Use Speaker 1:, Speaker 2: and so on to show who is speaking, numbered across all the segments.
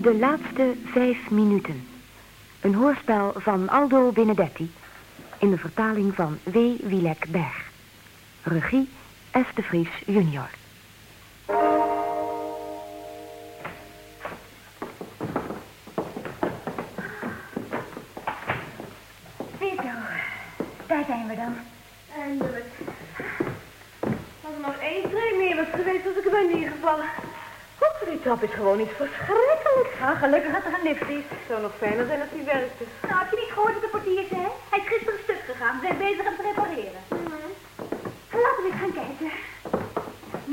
Speaker 1: De laatste vijf minuten. Een hoorspel van Aldo Benedetti. In de vertaling van W. Wielek Berg. Regie S. de Vries junior.
Speaker 2: Vito, daar zijn we dan.
Speaker 3: Eindelijk. Als er nog één trein meer was geweest, was ik er bijna neergevallen. Hoep, die trap is gewoon iets verschrikkelijks.
Speaker 2: Ah, gelukkig dat er een lift is.
Speaker 3: Het zou nog fijner zijn als die werkte.
Speaker 2: Nou, heb je niet gehoord wat de portier zei? Hij is gisteren stuk gegaan. We zijn bezig hem te repareren.
Speaker 3: Mhm.
Speaker 2: Laten we eens gaan kijken.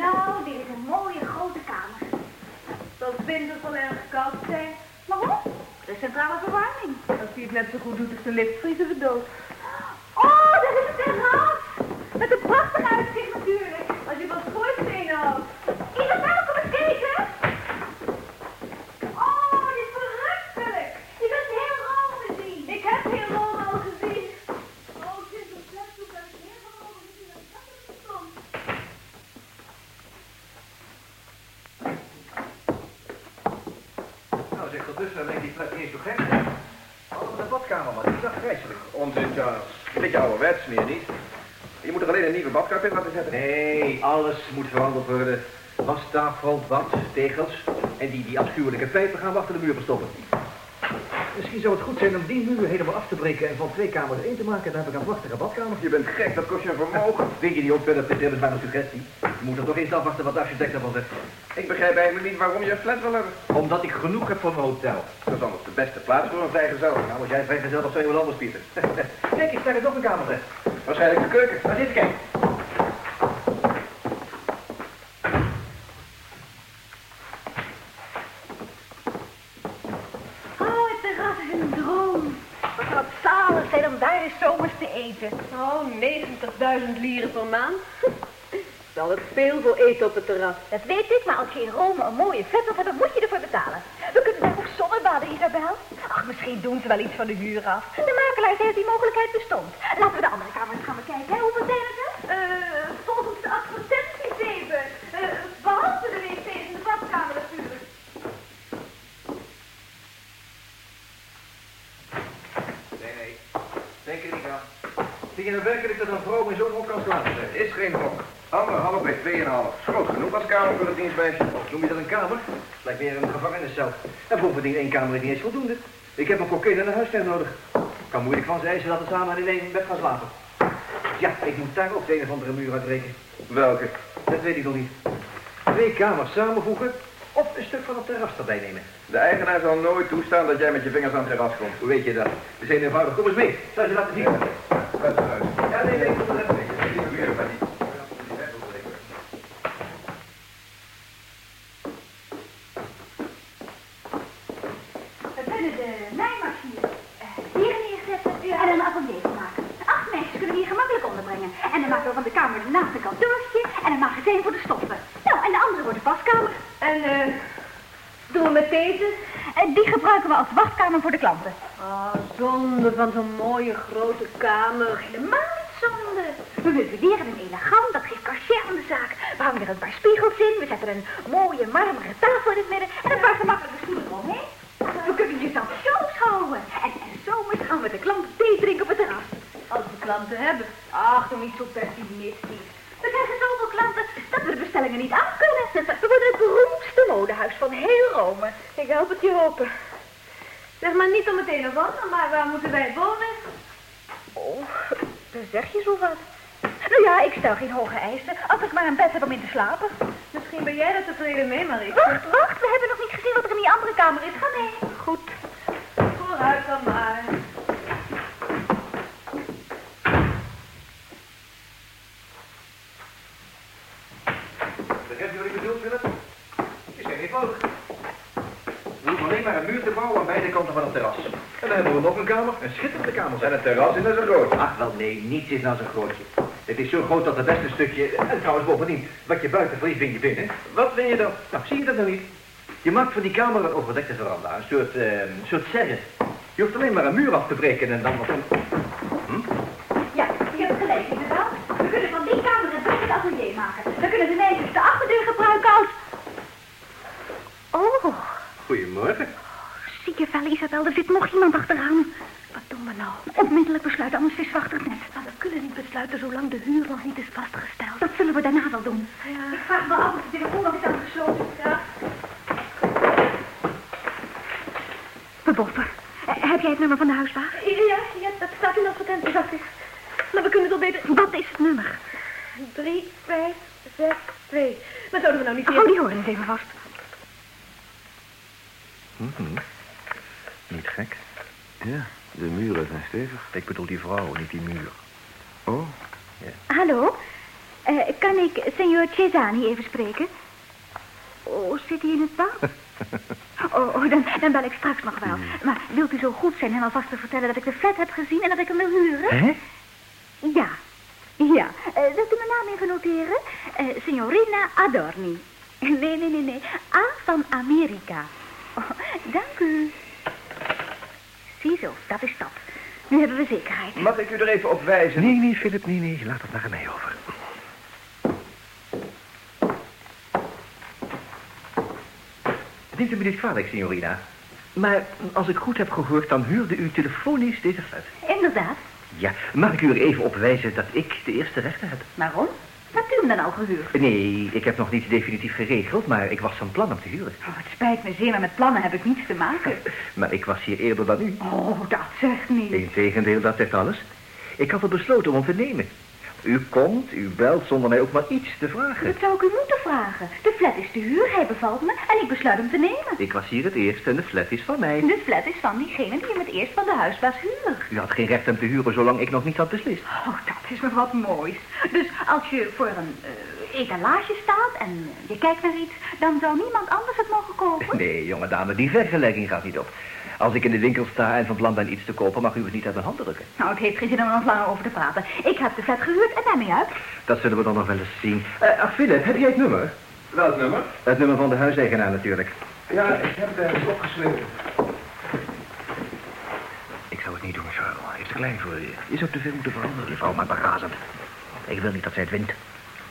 Speaker 2: Nou, dit is een mooie grote kamer.
Speaker 3: Dat winter zal erg koud zijn.
Speaker 2: Waarom? De centrale verwarming.
Speaker 3: Als hij het net zo goed doet als de lift, vriezen we dood.
Speaker 2: Oh, daar is het terras. Met een prachtig uitzicht natuurlijk.
Speaker 3: Als je wat schoorstenen houdt.
Speaker 2: Isabel, kom eens kijken. Oh, dit is verrukkelijk. Je kunt heel Rome zien.
Speaker 3: Ik heb heel Rome al gezien.
Speaker 2: Oh, het is een plek zoek uit heel Rome zien. Dat is het soms.
Speaker 4: Nou, zeg tot dus, dan lijkt die flat niet eens zo gek. Oh, de badkamer, man, die is dat vreselijk.
Speaker 5: Onzin, Charles. Een beetje ouderwets, meer niet. Je moet er alleen een nieuwe badkap in laten zetten.
Speaker 4: Nee, alles moet veranderd worden. Wastafel, bad, tegels. En die, die afschuwelijke pijpen gaan we achter de muur verstoppen. Misschien zou het goed zijn om die muur helemaal af te breken en van twee kamers één te maken. Dan heb ik een prachtige badkamer.
Speaker 5: Je bent gek, dat kost je een vermogen.
Speaker 4: Vind je die ook verder, dit is maar een suggestie. Je moet er toch eens afwachten wat de architect daarvan zegt.
Speaker 5: Ik begrijp eigenlijk niet waarom je een flat wil hebben.
Speaker 4: Omdat ik genoeg heb van mijn hotel.
Speaker 5: Dat is anders de beste plaats voor een vrijgezel.
Speaker 4: Nou, als jij vrijgezel of zo iemand anders, Pieter. Kijk, ik sta er nog een kamer in.
Speaker 5: Waarschijnlijk de keuken.
Speaker 4: Waar zit kijk?
Speaker 2: Oh, het terras is een droom. Wat zou het zalig zijn om daar eens zomers te eten.
Speaker 3: Oh, 90.000 lieren per maand. Wel, het veel voor eten op het terras.
Speaker 2: Dat weet ik, maar als je in Rome een mooie flat wilt hebben, moet je ervoor betalen. We kunnen daar ook zonnebaden, Isabel. Ach, misschien doen ze wel iets van de huur af. De makelaar zei dat die mogelijkheid bestond. Laten we de andere kamers gaan bekijken. hè. Hoeveel zijn het er?
Speaker 3: Eh, volgens de advertenties even. Eh, behalve de wc's in de badkamer natuurlijk.
Speaker 4: Nee, nee. Denk er niet aan. Zie je nou werkelijk dat een vrouw in zo'n hok kan slaan? zeg?
Speaker 5: Is geen hok. Anderhalf bij tweeënhalf. Is Groot genoeg als kamer voor het dienstmeisje.
Speaker 4: Noem je dat een kamer? Het lijkt meer een gevangeniscel. En bovendien, één kamer is niet eens voldoende. Ik heb een kokkin en een huisster nodig. Kan moeilijk van ze eisen dat we samen in één bed gaan slapen. Ja, ik moet daar ook de een of andere muur uitbreken.
Speaker 5: Welke?
Speaker 4: Dat weet ik nog niet. Twee kamers samenvoegen of een stuk van het terras erbij nemen.
Speaker 5: De eigenaar zal nooit toestaan dat jij met je vingers aan het terras komt.
Speaker 4: Hoe weet je dat? We zijn eenvoudig. Kom eens mee. Zou je laten zien?
Speaker 5: Ja. Flat eruit.
Speaker 4: Ja, nee, nee, ik moet er even mee.
Speaker 2: We kunnen de naaimachine eh, hier neerzetten en een atelier van maken. Acht meisjes kunnen we hier gemakkelijk onderbrengen. En dan maken we van de kamer naast een kantoortje en een magazijn voor de stoffen. Nou, en de andere wordt de paskamer.
Speaker 3: En eh, doen we met deze?
Speaker 2: En Eh, die gebruiken we als wachtkamer voor de klanten.
Speaker 3: Ah, zonde van zo'n mooie grote kamer.
Speaker 2: Helemaal niet zonde. We meubileren hem elegant, dat geeft cachet aan de zaak. We hangen er een paar spiegels in, we zetten een mooie marmeren tafel in het midden en een paar gemakkelijke stoelen eromheen. We kunnen hier dan shows houden. En, en zomers gaan we de klanten thee drinken op het terras.
Speaker 3: Als we klanten hebben. Ach, doe niet zo pessimistisch.
Speaker 2: We krijgen zoveel klanten dat we de bestellingen niet aan kunnen. We worden het beroemdste modehuis van heel Rome.
Speaker 3: Ik help het je hopen. Zeg maar niet om het een of ander, maar waar moeten wij wonen?
Speaker 2: Oh, dan zeg je zo wat. Nou ja, ik stel geen hoge eisen. Als ik maar een bed heb om in te slapen.
Speaker 3: Misschien ben jij er tevreden mee, maar ik...
Speaker 2: Wacht, wacht, we hebben nog niet gezien wat er in die andere kamer is. Ga mee. Goed.
Speaker 3: Vooruit dan maar.
Speaker 4: Begrijp je wat ik bedoel, Philip? Het is heel eenvoudig. We hoeven alleen maar een muur te bouwen aan beide kanten van het terras. En dan hebben we nog een kamer, een schitterende kamer.
Speaker 5: En het terras is net zo groot.
Speaker 4: Ach wel, nee, niets is nou zo grootje. Het is zo groot dat het beste stukje, en trouwens bovendien, wat je buiten verliest, vind je binnen. Wat vind je dan? Nou, zie je dat nou niet? Je maakt van die kamer een overdekte veranda, een soort, eh, een soort serre. Je hoeft alleen maar een muur af te breken en dan...
Speaker 2: Ja, je hebt gelijk, inderdaad. We kunnen van die kamer een het atelier maken. Dan kunnen de meisjes de achterdeur gebruiken als... Oh,
Speaker 4: Goedemorgen.
Speaker 2: Zie je wel, Isabel, er zit nog iemand achteraan. Wat doen we nou? Onmiddellijk besluiten, anders is wacht het net. Maar we kunnen niet besluiten zolang de huur nog niet is vastgesteld. Dat zullen we daarna wel doen.
Speaker 3: Ik vraag me af of de telefoon nog is aangesloten. Ja.
Speaker 2: Beboffer, eh, heb jij het nummer van de huisbaas?
Speaker 3: Ja, ja, dat staat in de advertentie, dacht ik. Maar we kunnen het al beter...
Speaker 2: Wat is het nummer?
Speaker 3: 3, 5, 6, 2. Maar zouden we nou niet
Speaker 2: Hou Oh, die horen eens even vast.
Speaker 4: Mhm. Niet gek.
Speaker 6: Ja, de muren zijn stevig.
Speaker 4: Ik bedoel die vrouw, niet die muur.
Speaker 6: Oh,
Speaker 2: Hallo? Eh, kan ik senor Cesani even spreken? Oh, zit hij in het bad? Oh, oh, dan, dan bel ik straks nog wel. Maar wilt u zo goed zijn hem alvast te vertellen dat ik de flat heb gezien en dat ik hem wil huren?
Speaker 4: Hè?
Speaker 2: Ja. Ja. Eh, wilt u mijn naam even noteren? Eh signorina Adorni. Nee, nee, nee, nee. A van Amerika. Oh, dank u. Ziezo, dat is dat. Nu hebben we zekerheid.
Speaker 6: mag ik u er even op wijzen?
Speaker 4: Nee, nee, Philip, nee, nee. Laat het maar aan mij over. Neemt u me niet kwalijk, signorina. Maar als ik goed heb gehoord, dan huurde u telefonisch deze flat.
Speaker 2: Inderdaad.
Speaker 4: Ja, mag ik u er even op wijzen dat ik de eerste rechten heb?
Speaker 2: Waarom? Hebt u hem dan al gehuurd?
Speaker 4: Nee, ik heb nog niet definitief geregeld, maar ik was van plan om te huren.
Speaker 2: Oh, het spijt me zeer, maar met plannen heb ik niets te maken.
Speaker 4: Maar ik was hier eerder dan u.
Speaker 2: Oh, dat zegt niet.
Speaker 4: Integendeel, dat zegt alles. Ik had al besloten om hem te nemen. U komt, u belt zonder mij ook maar iets te vragen.
Speaker 2: Dat zou ik u moeten vragen. De flat is te huur, hij bevalt me en ik besluit hem te nemen.
Speaker 4: Ik was hier het eerst en de flat is van mij.
Speaker 2: De flat is van diegene die hem het eerst van de huisbaas huurt.
Speaker 4: U had geen recht hem te huren zolang ik nog niet had beslist.
Speaker 2: Oh, dat is nog wat moois. Dus als je voor een eh, etalage staat en eh, je kijkt naar iets, dan zou niemand anders het mogen kopen.
Speaker 4: Nee, jonge dame, die vergelijking gaat niet op. Als ik in de winkel sta en van plan ben iets te kopen, mag u het niet uit mijn hand drukken.
Speaker 2: Nou, het heeft geen zin om er nog langer over te praten. Ik heb de flat gehuurd en daarmee uit.
Speaker 4: Dat zullen we dan nog wel eens zien. Eh, ach, Philip, heb jij het nummer?
Speaker 6: Welk nummer?
Speaker 4: Het nummer van de huiseigenaar natuurlijk.
Speaker 6: Ja, ik heb het ergens opgeschreven.
Speaker 4: Ik zou het niet doen, Charles. Hij is te klein voor je. Je zou te veel moeten veranderen. Die vrouw maakt me razend. Ik wil niet dat zij het wint.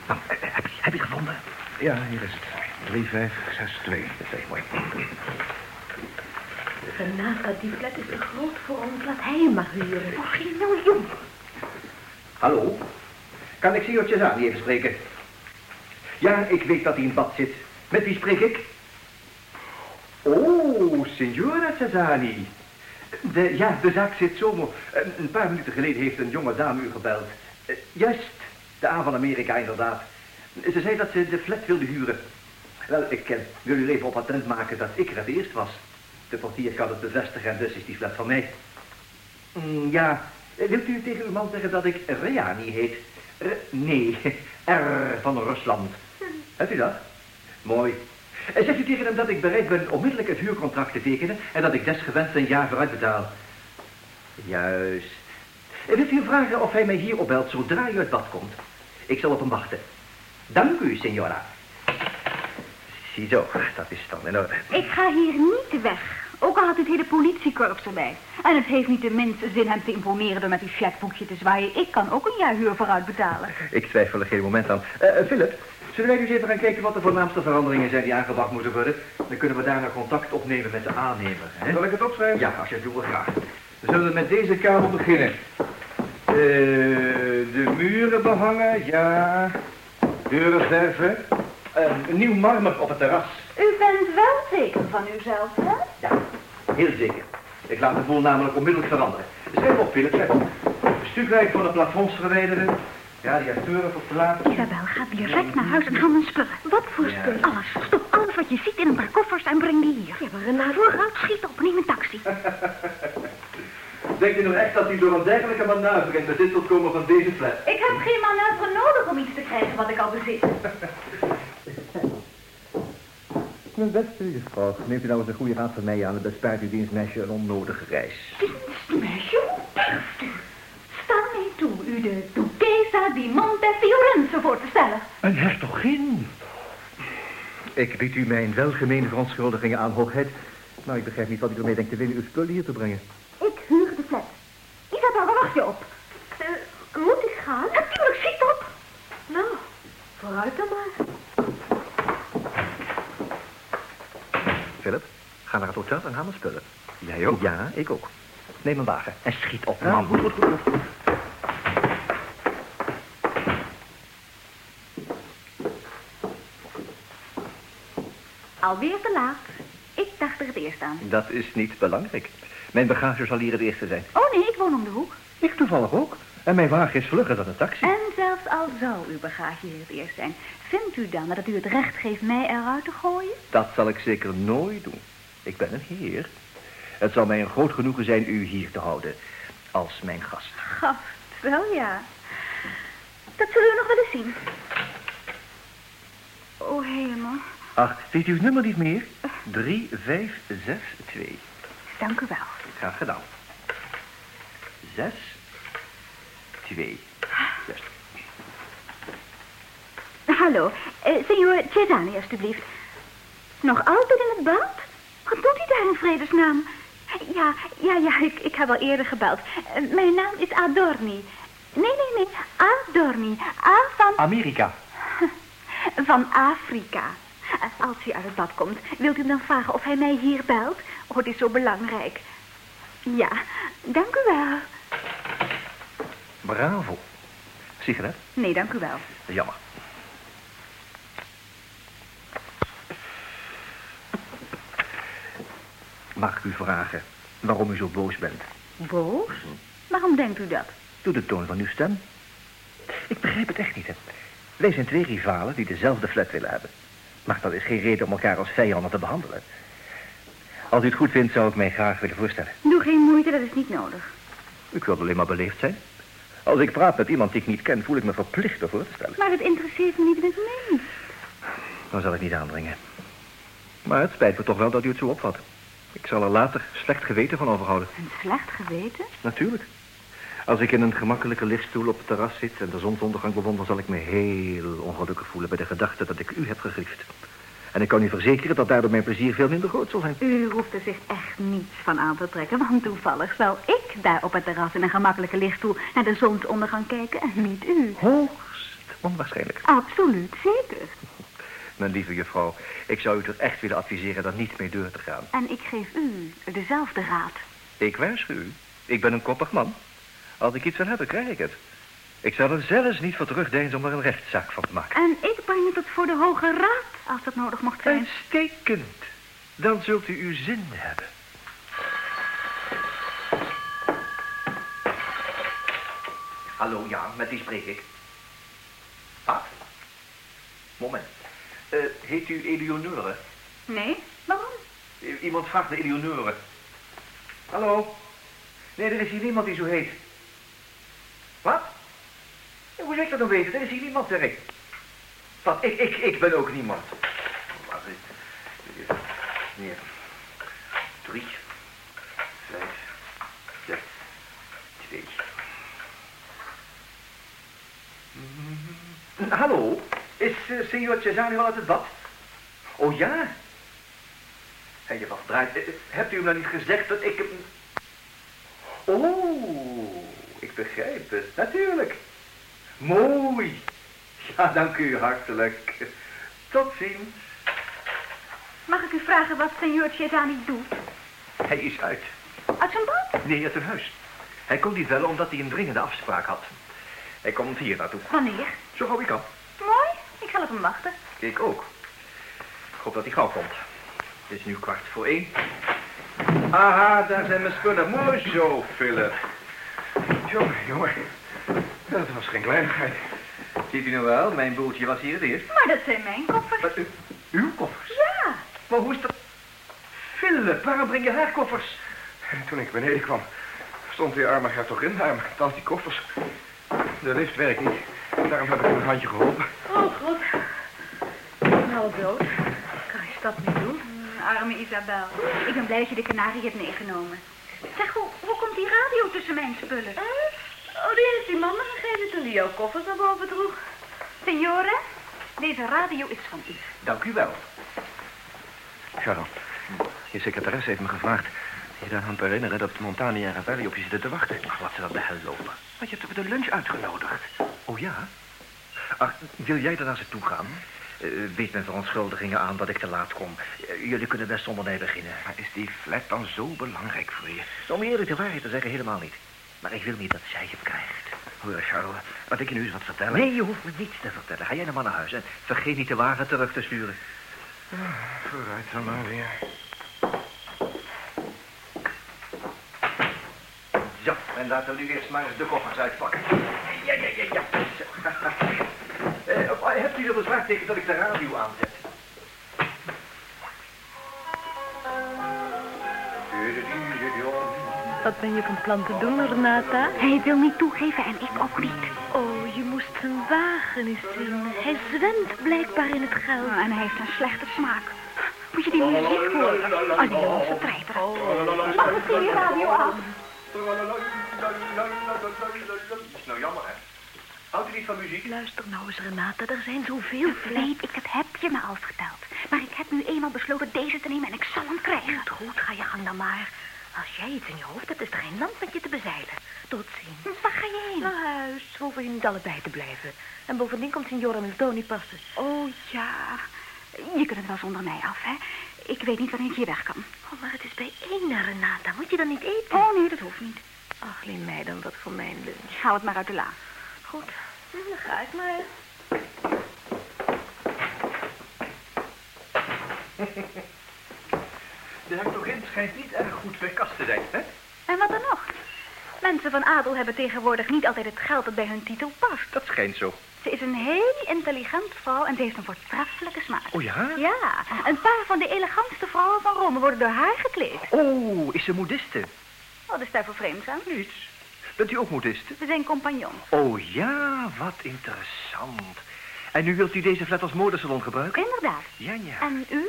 Speaker 4: Nou, eh, heb je, heb je gevonden?
Speaker 6: Ja, hier is het. 3562.
Speaker 4: Dat is echt mooi.
Speaker 3: Renata, die flat is te groot voor ons. Laat hij hem maar huren.
Speaker 2: Oh, ging nou jong.
Speaker 4: Hallo? Kan ik Sio Cesani even spreken? Ja, ik weet dat hij in bad zit. Met wie spreek ik? Oh, signora Cesani. De, ja, de zaak zit zo. mo- Eh, Een paar minuten geleden heeft een jonge dame u gebeld. Eh, Juist, de A van Amerika inderdaad. Ze zei dat ze de flat wilde huren. Wel, ik eh, wil u even op attent maken dat ik er het eerst was. De portier kan het bevestigen en dus is die flat van mij. Mm, Ja, Eh, wilt u tegen uw man zeggen dat ik Reani heet? R- nee, R van Rusland. Hebt u dat? Mooi. Eh, Zegt u tegen hem dat ik bereid ben onmiddellijk het huurcontract te tekenen en dat ik desgewenst een jaar vooruit betaal. Juist. Eh, Wilt u hem vragen of hij mij hier opbelt zodra u uit bad komt? Ik zal op hem wachten. Dank u, signora. Ziezo, dat is dan in orde.
Speaker 2: Ik ga hier niet weg. Ook al had u het hele politiekorps erbij. En het heeft niet de minste zin hem te imponeren door met die checkboekje te zwaaien. Ik kan ook een jaar huur vooruit betalen.
Speaker 4: Ik twijfel er geen moment aan. Eh, eh, Philip, zullen wij nu eens even gaan kijken wat de voornaamste veranderingen zijn die aangebracht moeten worden? Dan kunnen we daarna contact opnemen met de aannemer. Hè?
Speaker 6: Zal ik het opschrijven?
Speaker 4: Ja, als je het doet, wel graag.
Speaker 6: We zullen met deze kamer beginnen. Eh, de muren behangen, ja. Deuren verven.
Speaker 4: Eh, een nieuw marmer op het terras.
Speaker 3: U bent wel zeker van uzelf, hè?
Speaker 4: Ja, heel zeker. Ik laat de boel namelijk onmiddellijk veranderen. Schrijf op, Philip, schrijf op. Stuklijn van de plafonds verwijderen. Radiatoren verplaatsen.
Speaker 2: Isabel, ga direct naar huis en haal mijn spullen. Wat voor
Speaker 4: Ja.
Speaker 2: spullen? Alles. Stop alles wat je ziet in een paar koffers en breng die hier. Ja, maar Renata... Vooruit, schiet op, neem een taxi.
Speaker 4: Denkt u nou echt dat u door een dergelijke manoeuvre in bezit zult komen van deze flat?
Speaker 3: Ik heb geen manoeuvre nodig om iets te krijgen wat ik al bezit.
Speaker 4: Mijn beste juffrouw, neemt u nou eens een goede raad van mij aan en bespaart uw dienstmeisje een onnodige reis.
Speaker 3: Meisje, hoe durft u? Sta mij toe u de Duquesa di Monte Fiorenzo voor te stellen.
Speaker 4: Een hertogin? Ik bied u mijn welgemeende verontschuldigingen aan, hoogheid. Maar ik begrijp niet wat u ermee denkt te winnen uw spullen hier te brengen.
Speaker 2: Ik huur de flat. Isabel, waar wacht je op? Eh, moet ik gaan? Natuurlijk, schiet op.
Speaker 3: Nou, vooruit dan maar.
Speaker 4: Philip, ga naar het hotel en haal mijn spullen. Jij ook? Ja, ik ook. Neem een wagen en schiet op, man. Goed, goed, goed, goed. goed.
Speaker 2: Alweer te laat. Ik dacht er het eerst aan.
Speaker 4: Dat is niet belangrijk. Mijn bagage zal hier het eerste zijn.
Speaker 2: Oh nee, ik woon om de hoek.
Speaker 4: Ik toevallig ook. En mijn wagen is vlugger dan een taxi.
Speaker 2: En zelfs al zou uw bagage hier het eerst zijn, vindt u dan dat u het recht geeft mij eruit te gooien?
Speaker 4: Dat zal ik zeker nooit doen. Ik ben een heer. Het zal mij een groot genoegen zijn u hier te houden. Als mijn gast.
Speaker 2: Gast, wel ja. Dat zullen we nog wel eens zien. Oh, helemaal.
Speaker 4: Ach, weet u het nummer niet meer? 3562.
Speaker 2: Dank u wel.
Speaker 4: Graag gedaan. 6, 2. Juist.
Speaker 2: Hallo, eh signor Cesani, alstublieft. Nog altijd in het bad? Wat doet hij daar in vredesnaam? Ja, ja, ja, ik, ik heb al eerder gebeld. Eh, mijn naam is Adorni. Nee, nee, nee, Adorni. A van...
Speaker 4: Amerika.
Speaker 2: Van Afrika. Eh, Als u uit het bad komt, wilt u hem dan vragen of hij mij hier belt? Oh, het is zo belangrijk. Ja, dank u wel.
Speaker 4: Bravo. Sigaret?
Speaker 2: Nee, dank u wel.
Speaker 4: Jammer. Mag ik u vragen waarom u zo boos bent?
Speaker 2: Boos? Waarom denkt u dat?
Speaker 4: Doe de toon van uw stem. Ik begrijp het echt niet, hè. Wij zijn twee rivalen die dezelfde flat willen hebben. Maar dat is geen reden om elkaar als vijanden te behandelen. Als u het goed vindt, zou ik mij graag willen voorstellen.
Speaker 2: Doe geen moeite, dat is niet nodig.
Speaker 4: Ik wil alleen maar beleefd zijn. Als ik praat met iemand die ik niet ken, voel ik me verplicht me voor te stellen.
Speaker 2: Maar het interesseert me niet in het minst.
Speaker 4: Dan zal ik niet aandringen. Maar het spijt me toch wel dat u het zo opvat. Ik zal er later slecht geweten van overhouden.
Speaker 2: Een slecht geweten?
Speaker 4: Natuurlijk. Als ik in een gemakkelijke lichtstoel op het terras zit en de zonsondergang bewonder, zal ik me heel ongelukkig voelen bij de gedachte dat ik u heb gegriefd. En ik kan u verzekeren dat daardoor mijn plezier veel minder groot zal zijn.
Speaker 2: U hoeft er zich echt niets van aan te trekken, want toevallig zal ik daar op het terras in een gemakkelijke lichtstoel naar de zonsondergang kijken en niet u.
Speaker 4: Hoogst onwaarschijnlijk.
Speaker 2: Absoluut zeker.
Speaker 4: Mijn lieve juffrouw, ik zou u toch echt willen adviseren daar niet mee door te gaan.
Speaker 2: En ik geef u dezelfde raad.
Speaker 4: Ik waarschuw u, ik ben een koppig man. Als ik iets wil hebben, krijg ik het. Ik zal er zelfs niet voor terugdeinzen om er een rechtszaak van te maken.
Speaker 2: En ik breng het tot voor de Hoge Raad, als dat nodig mocht zijn.
Speaker 4: Uitstekend. Dan zult u uw zin hebben. Hallo, ja, met wie spreek ik? Ah, moment. Eh, heet u Eleonore?
Speaker 2: Nee? Waarom?
Speaker 4: I- Iemand vraagt naar Eleonore. Hallo? Nee, er is hier niemand die zo heet. Wat? Ja, hoe zou ik dat dan weten? Er is hier niemand, zeg ik. Wat? Ik, ik, ik ben ook niemand. Wat is het? Hier. Drie. Vijf. Zes. Twee. Mm, Hm, Hallo? Is eh, signor Cesani al uit het bad? Oh ja, Hé, je wacht, draait. Eh, eh, Hebt u hem nou niet gezegd dat ik hem... Oh, ik begrijp het. Natuurlijk. Mooi. Ja, dank u hartelijk. Tot ziens.
Speaker 2: Mag ik u vragen wat senor Cesani doet?
Speaker 4: Hij is uit.
Speaker 2: Uit zijn bad?
Speaker 4: Nee, uit zijn huis. Hij kon niet bellen omdat hij een dringende afspraak had. Hij komt hier naartoe.
Speaker 2: Wanneer?
Speaker 4: Zo gauw ik kan.
Speaker 2: Mooi, ik ga op hem wachten.
Speaker 4: Ik ook. Ik hoop dat hij gauw komt. Het is nu kwart voor één.
Speaker 7: Aha, daar zijn mijn spullen. Mooi zo, Philip. Jongen, jongen. Dat was geen kleinigheid.
Speaker 4: Ziet u nou wel, mijn boeltje was hier het eerst.
Speaker 2: Maar dat zijn mijn koffers.
Speaker 4: Maar, eh, uw koffers?
Speaker 2: Ja.
Speaker 4: Maar hoe is dat? Philip, waarom breng je haar koffers?
Speaker 7: Toen ik beneden kwam, stond die arme hertogin daar met al die koffers. De lift werkt niet. Daarom heb ik een handje geholpen.
Speaker 3: Oh, god. Nou, dood. Kan je dat niet doen?
Speaker 2: Mm, Arme Isabel. Ik ben blij dat je de kanarie hebt meegenomen. Zeg, hoe, hoe komt die radio tussen mijn spullen?
Speaker 3: Oh, die heeft die mama gegeven toen die jouw koffers naar boven droeg.
Speaker 2: Signore, deze radio is van u.
Speaker 4: Dank u wel.
Speaker 7: Sharon, je secretaresse heeft me gevraagd je eraan te herinneren dat Montani en Ravelli op je zitten te wachten.
Speaker 4: Ach, laat ze dat de hel lopen.
Speaker 7: Maar je hebt de lunch uitgenodigd.
Speaker 4: Ah, Oh ja? Ach, wil jij daar naar ze toe gaan? Eh, bied mijn verontschuldigingen aan dat ik te laat kom. Eh, jullie kunnen best zonder mij beginnen.
Speaker 8: Maar is die flat dan zo belangrijk voor je?
Speaker 4: Om je eerlijk de waarheid te zeggen, helemaal niet. Maar ik wil niet dat zij hem krijgt.
Speaker 8: Hoor, Charles, wat ik je nu eens wat vertellen?
Speaker 4: Nee, je hoeft me niets te vertellen. Ga jij nou maar naar huis en vergeet niet de wagen terug te sturen.
Speaker 8: Ah, Vooruit dan maar weer.
Speaker 4: Ja, en laten we nu eerst maar eens de koffers uitpakken. Ja, ja, ja, ja. Zo. Eh, hebt u er bezwaar tegen dat ik de radio aanzet?
Speaker 3: Wat ben je van plan te doen, Renata?
Speaker 9: Hij wil niet toegeven en ik ook niet.
Speaker 3: Oh, je moest zijn wagen eens zien. Hij zwemt blijkbaar in het geld.
Speaker 2: En hij heeft een slechte smaak. Moet je die muziek horen? Oh, die jongens vertreiter. Mag misschien die radio af?
Speaker 4: Is nou jammer, hè? Houdt u niet van muziek?
Speaker 3: Luister nou eens, Renata, er zijn zoveel flats.
Speaker 2: Weet ik, dat heb je me al verteld. Maar ik heb nu eenmaal besloten deze te nemen en ik zal hem krijgen.
Speaker 3: Goed, goed, ga je gang dan maar. Als jij iets in je hoofd hebt, is er geen land met je te bezeilen. Tot ziens.
Speaker 2: Hm, Waar ga je heen?
Speaker 3: Naar huis, we hoeven hier niet allebei te blijven. En bovendien komt signora Mildoni passen.
Speaker 2: Oh ja, je kunt het wel zonder mij af, hè? Ik weet niet wanneer ik hier weg kan.
Speaker 3: Oh, maar het is bij één, Renata. Moet je dan niet eten?
Speaker 2: Oh nee, dat hoeft niet.
Speaker 3: Ach, leen mij dan wat voor mijn lunch.
Speaker 2: Hou het maar uit de la.
Speaker 3: Goed, nou, dan ga ik maar.
Speaker 4: De hertogin schijnt niet erg goed bij kast te zijn, hè?
Speaker 2: En wat dan nog? Mensen van adel hebben tegenwoordig niet altijd het geld dat bij hun titel past.
Speaker 4: Dat schijnt zo.
Speaker 2: Ze is een heel intelligente vrouw en ze heeft een voortreffelijke smaak.
Speaker 4: O Oh, ja?
Speaker 2: Ja, een paar van de elegantste vrouwen van Rome worden door haar gekleed.
Speaker 4: Oh, is ze moediste?
Speaker 2: Wat is daarvoor vreemd aan?
Speaker 4: Niets. Bent u ook moediste?
Speaker 2: We zijn compagnons.
Speaker 4: Oh ja, wat interessant. En nu wilt u deze flat als modesalon gebruiken? Eh,
Speaker 2: Inderdaad.
Speaker 4: Ja, ja.
Speaker 2: En u?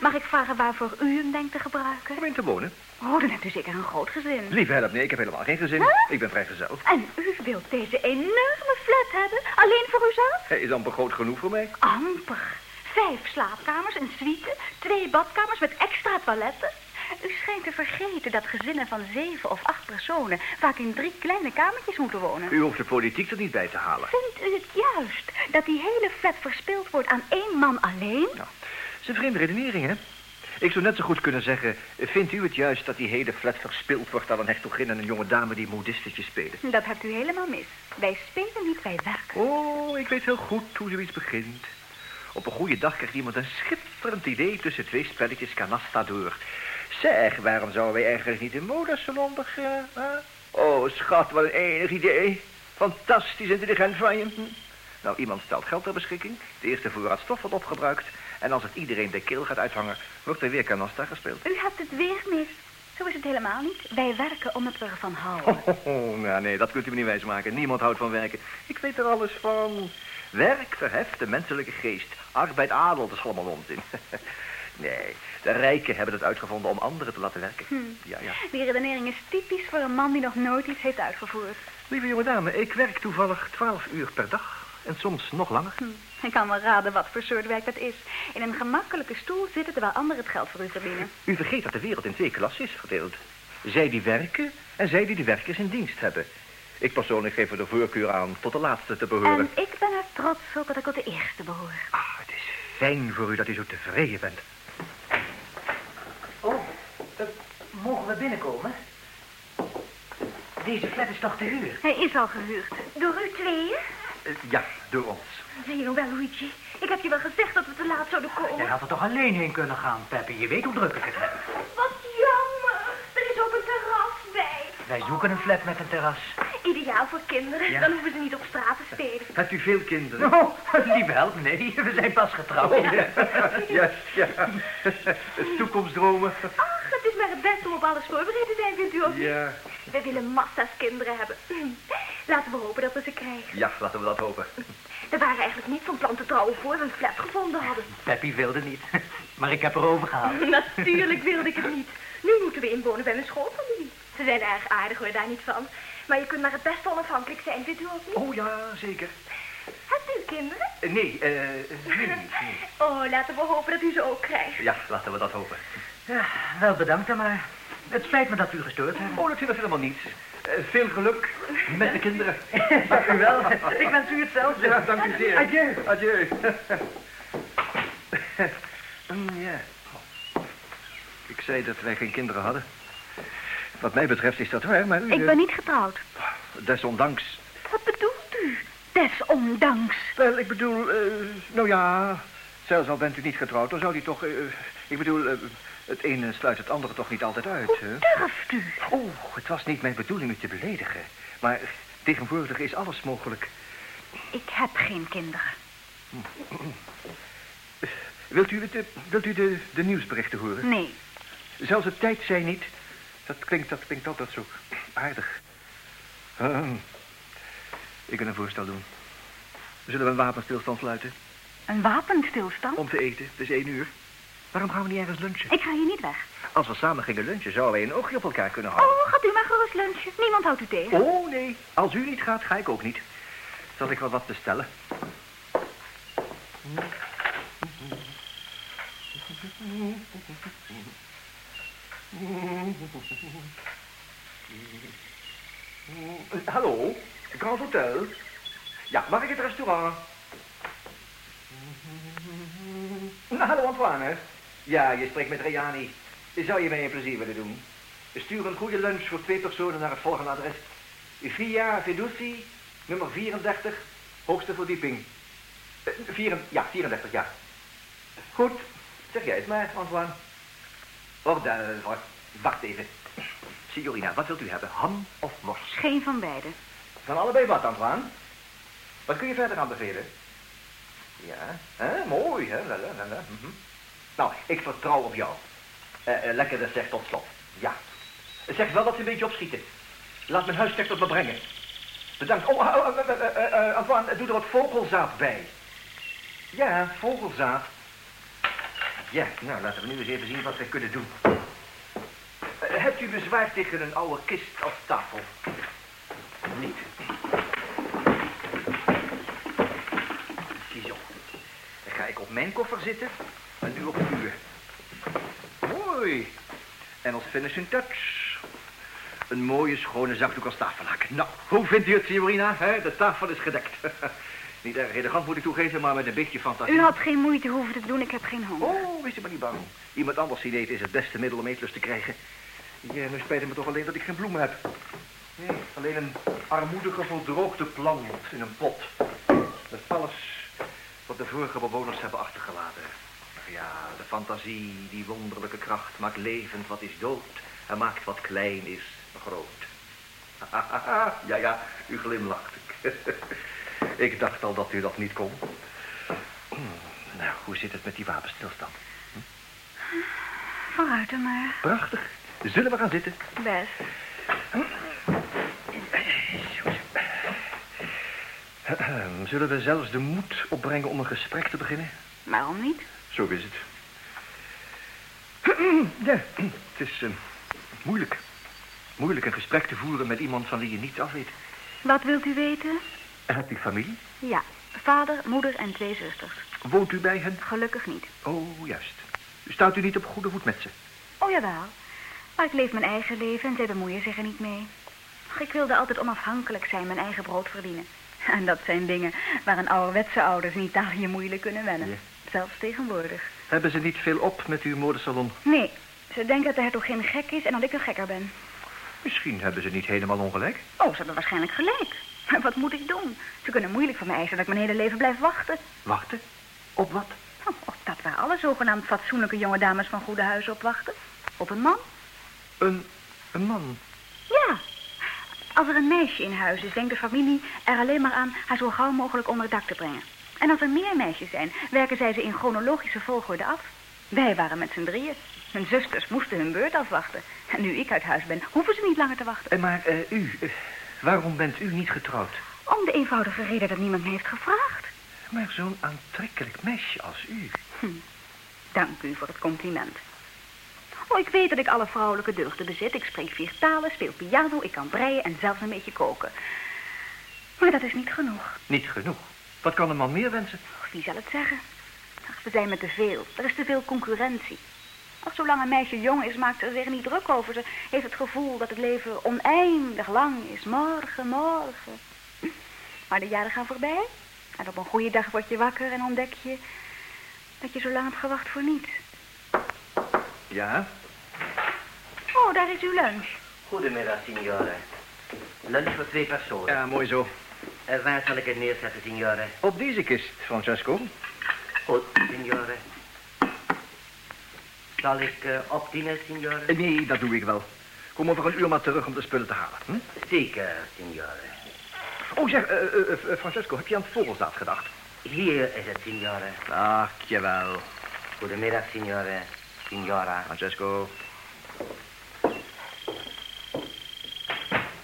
Speaker 2: Mag ik vragen waarvoor u hem denkt te gebruiken?
Speaker 4: Om in te wonen.
Speaker 2: Oh, dan hebt u zeker een groot gezin.
Speaker 4: Lieve help, nee, ik heb helemaal geen gezin.
Speaker 2: Huh?
Speaker 4: Ik ben vrijgezel.
Speaker 2: En u wilt deze enorme flat hebben? Alleen voor uzelf?
Speaker 4: Hij is amper groot genoeg voor mij.
Speaker 2: Amper. Vijf slaapkamers, een suite, twee badkamers met extra toiletten. U schijnt te vergeten dat gezinnen van zeven of acht personen vaak in drie kleine kamertjes moeten wonen.
Speaker 4: U hoeft de politiek er niet bij te halen.
Speaker 2: Vindt u het juist dat die hele flat verspild wordt aan één man alleen?
Speaker 4: Nou, dat is een vreemde redenering, hè? Ik zou net zo goed kunnen zeggen... vindt u het juist dat die hele flat verspild wordt... aan een hertogin en een jonge dame die modistetjes spelen?
Speaker 2: Dat hebt u helemaal mis. Wij spelen niet, wij werken.
Speaker 4: Oh, ik weet heel goed hoe zoiets begint. Op een goede dag krijgt iemand een schitterend idee... tussen twee spelletjes canasta door. Zeg, waarom zouden wij eigenlijk niet een modesalon beginnen? hè? Oh, schat, wat een enig idee. Fantastisch intelligent van je. Hm. Nou, iemand stelt geld ter beschikking. De eerste voorraad stof wordt opgebruikt. En als het iedereen de keel gaat uithangen... wordt er weer canasta gespeeld.
Speaker 2: U hebt het weer mis. Zo is het helemaal niet. Wij werken omdat we ervan houden.
Speaker 4: Oh, oh, oh, nou, nee, dat kunt u me niet wijsmaken. Niemand houdt van werken. Ik weet er alles van. Werk verheft de menselijke geest. Arbeid adelt, dat is allemaal onzin. Nee, de rijken hebben het uitgevonden om anderen te laten werken. Ja, ja.
Speaker 2: Die redenering is typisch voor een man die nog nooit iets heeft uitgevoerd.
Speaker 4: Lieve jonge dame, ik werk toevallig 12 uur per dag. En soms nog langer.
Speaker 2: Hm, Ik kan wel raden wat voor soort werk dat is. In een gemakkelijke stoel zitten terwijl anderen het geld voor u verdienen.
Speaker 4: U vergeet dat de wereld in twee klassen is verdeeld. Zij die werken en zij die de werkers in dienst hebben. Ik persoonlijk geef er de voorkeur aan tot de laatste te behoren.
Speaker 2: En ik ben er trots op dat ik tot de eerste behoor.
Speaker 4: Ah, het is fijn voor u dat u zo tevreden bent.
Speaker 10: Oh, eh, mogen we binnenkomen? Deze flat is toch te huur?
Speaker 2: Hij is al gehuurd.
Speaker 3: Door u tweeën?
Speaker 4: Eh, ja, door ons.
Speaker 2: Zie je nog wel, Luigi? Ik heb je wel gezegd dat we te laat zouden komen.
Speaker 10: Jij had er toch alleen heen kunnen gaan, Peppy. Je weet hoe druk ik het heb.
Speaker 3: Wat jammer. Er is ook een terras bij.
Speaker 10: Wij zoeken een flat met een terras.
Speaker 3: Ideaal voor kinderen.
Speaker 10: Ja.
Speaker 3: Dan hoeven ze niet op straat te spelen.
Speaker 4: Hebt u veel kinderen? Oh,
Speaker 10: Oh, lieve help, nee. We zijn pas getrouwd.
Speaker 4: Ja, ja. Toekomstdromen.
Speaker 3: Ach, het is maar het beste om op alles voorbereid te zijn, vindt u ook?
Speaker 4: Ja.
Speaker 3: We willen massa's kinderen hebben. Hm. Laten we hopen dat we ze krijgen.
Speaker 4: Ja, laten we dat hopen.
Speaker 3: We waren eigenlijk niet van plan te trouwen voor we een flat gevonden hadden.
Speaker 10: Peppy wilde niet. Maar ik heb haar overgehaald.
Speaker 3: Natuurlijk wilde ik het niet. Nu moeten we inwonen bij mijn schoolfamilie. Ze zijn erg aardig hoor, daar niet van. Maar je kunt maar het beste onafhankelijk zijn, vindt u ook niet?
Speaker 4: Oh ja, zeker.
Speaker 3: Hebt u kinderen?
Speaker 4: Eh, Nee, eh... nee, nee.
Speaker 3: Oh, laten we hopen dat u ze ook krijgt.
Speaker 4: Ja, laten we dat hopen.
Speaker 10: Ja, wel bedankt dan maar. Het spijt me dat u gestoord hebt.
Speaker 4: Oh, natuurlijk helemaal niets. Eh, veel geluk met de kinderen.
Speaker 10: Dank u wel. Ik wens u hetzelfde.
Speaker 4: Ja, dank u zeer.
Speaker 10: Adieu.
Speaker 4: Adieu.
Speaker 11: Mm, ja.
Speaker 4: Ik zei dat wij geen kinderen hadden. Wat mij betreft is dat waar, maar u...
Speaker 2: Ik ben niet getrouwd.
Speaker 4: eh, Desondanks...
Speaker 2: Wat bedoelt u? Desondanks.
Speaker 4: Wel, ik bedoel, eh, nou ja... Zelfs al bent u niet getrouwd, dan zou die toch... eh, ik bedoel, eh, het ene sluit het andere toch niet altijd uit, hè?
Speaker 2: Durft u?
Speaker 4: Oh, het was niet mijn bedoeling u te beledigen. Maar tegenwoordig is alles mogelijk.
Speaker 2: Ik heb geen kinderen.
Speaker 4: Wilt u, het, eh, wilt u de, de nieuwsberichten horen?
Speaker 2: Nee.
Speaker 4: Zelfs het tijd zijn niet. Dat klinkt, dat klinkt altijd zo aardig. Ehm, ik wil een voorstel doen. Zullen we een wapenstilstand sluiten?
Speaker 2: Een wapenstilstand?
Speaker 4: Om te eten. Het is één uur. Waarom gaan we niet ergens lunchen?
Speaker 2: Ik ga hier niet weg.
Speaker 4: Als we samen gingen lunchen, zouden wij een oogje op elkaar kunnen houden.
Speaker 12: Oh, gaat u maar gerust lunchen. Niemand houdt u tegen.
Speaker 4: Oh, nee. Als u niet gaat, ga ik ook niet. Zal ik wel wat bestellen? Hallo, Grand Hotel. Ja, mag ik het restaurant? Nou, hallo Antoine. Ja, je spreekt met Riani. Zou je mij een plezier willen doen? Stuur een goede lunch voor twee personen naar het volgende adres. Via Vedusi, nummer 34, hoogste verdieping. Eh, vieren- ja, 34, ja. Goed, zeg jij het maar, Antoine. Oh, duivel. Wacht even. Signorina, wat wilt u hebben? Ham of mors?
Speaker 2: Geen van beiden.
Speaker 4: Van allebei wat, Antoine? Wat kun je verder aanbevelen? Ja, hè? mooi, hè? La, la, la, la. Mhm. Nou, ik vertrouw op jou. Eh, eh, lekker recept tot slot. Ja. Zeg wel dat ze een beetje opschieten. Laat mijn huis tot me brengen. Bedankt. Oh, oh, oh, eh, eh, eh, eh, Antoine, doe er wat vogelzaad bij. Ja, vogelzaad. Ja, nou, laten we nu eens even zien wat we kunnen doen. Eh, hebt u bezwaar tegen een oude kist als tafel? Niet. Ziezo. Dan ga ik op mijn koffer zitten en nu op uw. Mooi. En als finishing touch. Een mooie, schone zakdoek als tafellaken. Nou, hoe vindt u het, Signorina? hè? De tafel is gedekt. niet erg elegant, moet ik toegeven, maar met een beetje fantasie.
Speaker 2: U had geen moeite hoeven te doen, ik heb geen honger.
Speaker 4: Oh, wees u maar niet bang. Iemand anders die eet is het beste middel om eetlust te krijgen. Ja, nu spijt het me toch alleen dat ik geen bloemen heb. Nee, alleen een armoedige, verdroogde plant in een pot. Met alles wat de vorige bewoners hebben achtergelaten. Ja, de fantasie, die wonderlijke kracht, maakt levend wat is dood. En maakt wat klein is groot. ja, ja, u glimlacht. ik dacht al dat u dat niet kon. Nou, hoe zit het met die wapenstilstand?
Speaker 2: Vooruit dan maar.
Speaker 4: Prachtig. Zullen we gaan zitten?
Speaker 2: Best.
Speaker 4: Zullen we zelfs de moed opbrengen om een gesprek te beginnen?
Speaker 2: Waarom niet?
Speaker 4: Zo is het. Ja, het is eh, moeilijk. Moeilijk een gesprek te voeren met iemand van wie je niets af weet.
Speaker 2: Wat wilt u weten?
Speaker 4: Hebt u familie?
Speaker 2: Ja, vader, moeder en twee zusters.
Speaker 4: Woont u bij hen?
Speaker 2: Gelukkig niet.
Speaker 4: Oh, juist. Staat u niet op goede voet met ze?
Speaker 2: Oh jawel. Maar ik leef mijn eigen leven en zij bemoeien zich er niet mee. Ach, ik wilde altijd onafhankelijk zijn, mijn eigen brood verdienen. En dat zijn dingen waar een ouderwetse ouders in Italië moeilijk kunnen wennen.
Speaker 4: Ja.
Speaker 2: Zelfs tegenwoordig.
Speaker 4: Hebben ze niet veel op met uw modesalon?
Speaker 2: Nee, ze denken dat de hertogin gek is en dat ik een gekker ben.
Speaker 4: Misschien hebben ze niet helemaal ongelijk.
Speaker 2: Oh, ze hebben waarschijnlijk gelijk. Maar wat moet ik doen? Ze kunnen moeilijk van mij eisen dat ik mijn hele leven blijf wachten.
Speaker 4: Wachten? Op wat?
Speaker 2: Oh, Op dat waar alle zogenaamd fatsoenlijke jonge dames van goede huizen op wachten. Op een man?
Speaker 4: Een, een man.
Speaker 2: Ja. Als er een meisje in huis is, denkt de familie er alleen maar aan haar zo gauw mogelijk onder het dak te brengen. En als er meer meisjes zijn, werken zij ze in chronologische volgorde af. Wij waren met z'n drieën. Mijn zusters moesten hun beurt afwachten. En nu ik uit huis ben, hoeven ze niet langer te wachten.
Speaker 4: Eh, Maar eh, u, eh, waarom bent u niet getrouwd?
Speaker 2: Om de eenvoudige reden dat niemand me heeft gevraagd.
Speaker 4: Maar zo'n aantrekkelijk meisje als u.
Speaker 2: Dank u voor het compliment. Oh, ik weet dat ik alle vrouwelijke deugden bezit. Ik spreek vier talen, speel piano, ik kan breien en zelfs een beetje koken. Maar dat is niet genoeg.
Speaker 4: Niet genoeg. Wat kan een man meer wensen?
Speaker 2: Och, Wie zal het zeggen? Ach, we zijn met te veel. Er is te veel concurrentie. Ach, zolang een meisje jong is, maakt ze er zich niet druk over. Ze heeft het gevoel dat het leven oneindig lang is. Morgen, morgen. Maar de jaren gaan voorbij. En op een goede dag word je wakker en ontdek je... dat je zo lang hebt gewacht voor niets.
Speaker 4: Ja?
Speaker 2: Oh, daar is uw lunch.
Speaker 13: Goedemiddag, signore. Lunch voor twee personen.
Speaker 4: Ja, mooi zo.
Speaker 13: En waar zal ik het neerzetten, signore?
Speaker 4: Op deze kist, Francesco.
Speaker 13: Goed, signore. Zal ik eh, opdienen, signore?
Speaker 4: Eh, Nee, dat doe ik wel. Kom over een uur maar terug om de spullen te halen. Hm?
Speaker 13: Zeker, signore.
Speaker 4: Oh, zeg, eh, eh, eh, Francesco, heb je aan het vogelzaad gedacht?
Speaker 13: Hier is het, signore.
Speaker 4: Ach, jawel.
Speaker 13: Goedemiddag, signore. Signora.
Speaker 4: Francesco.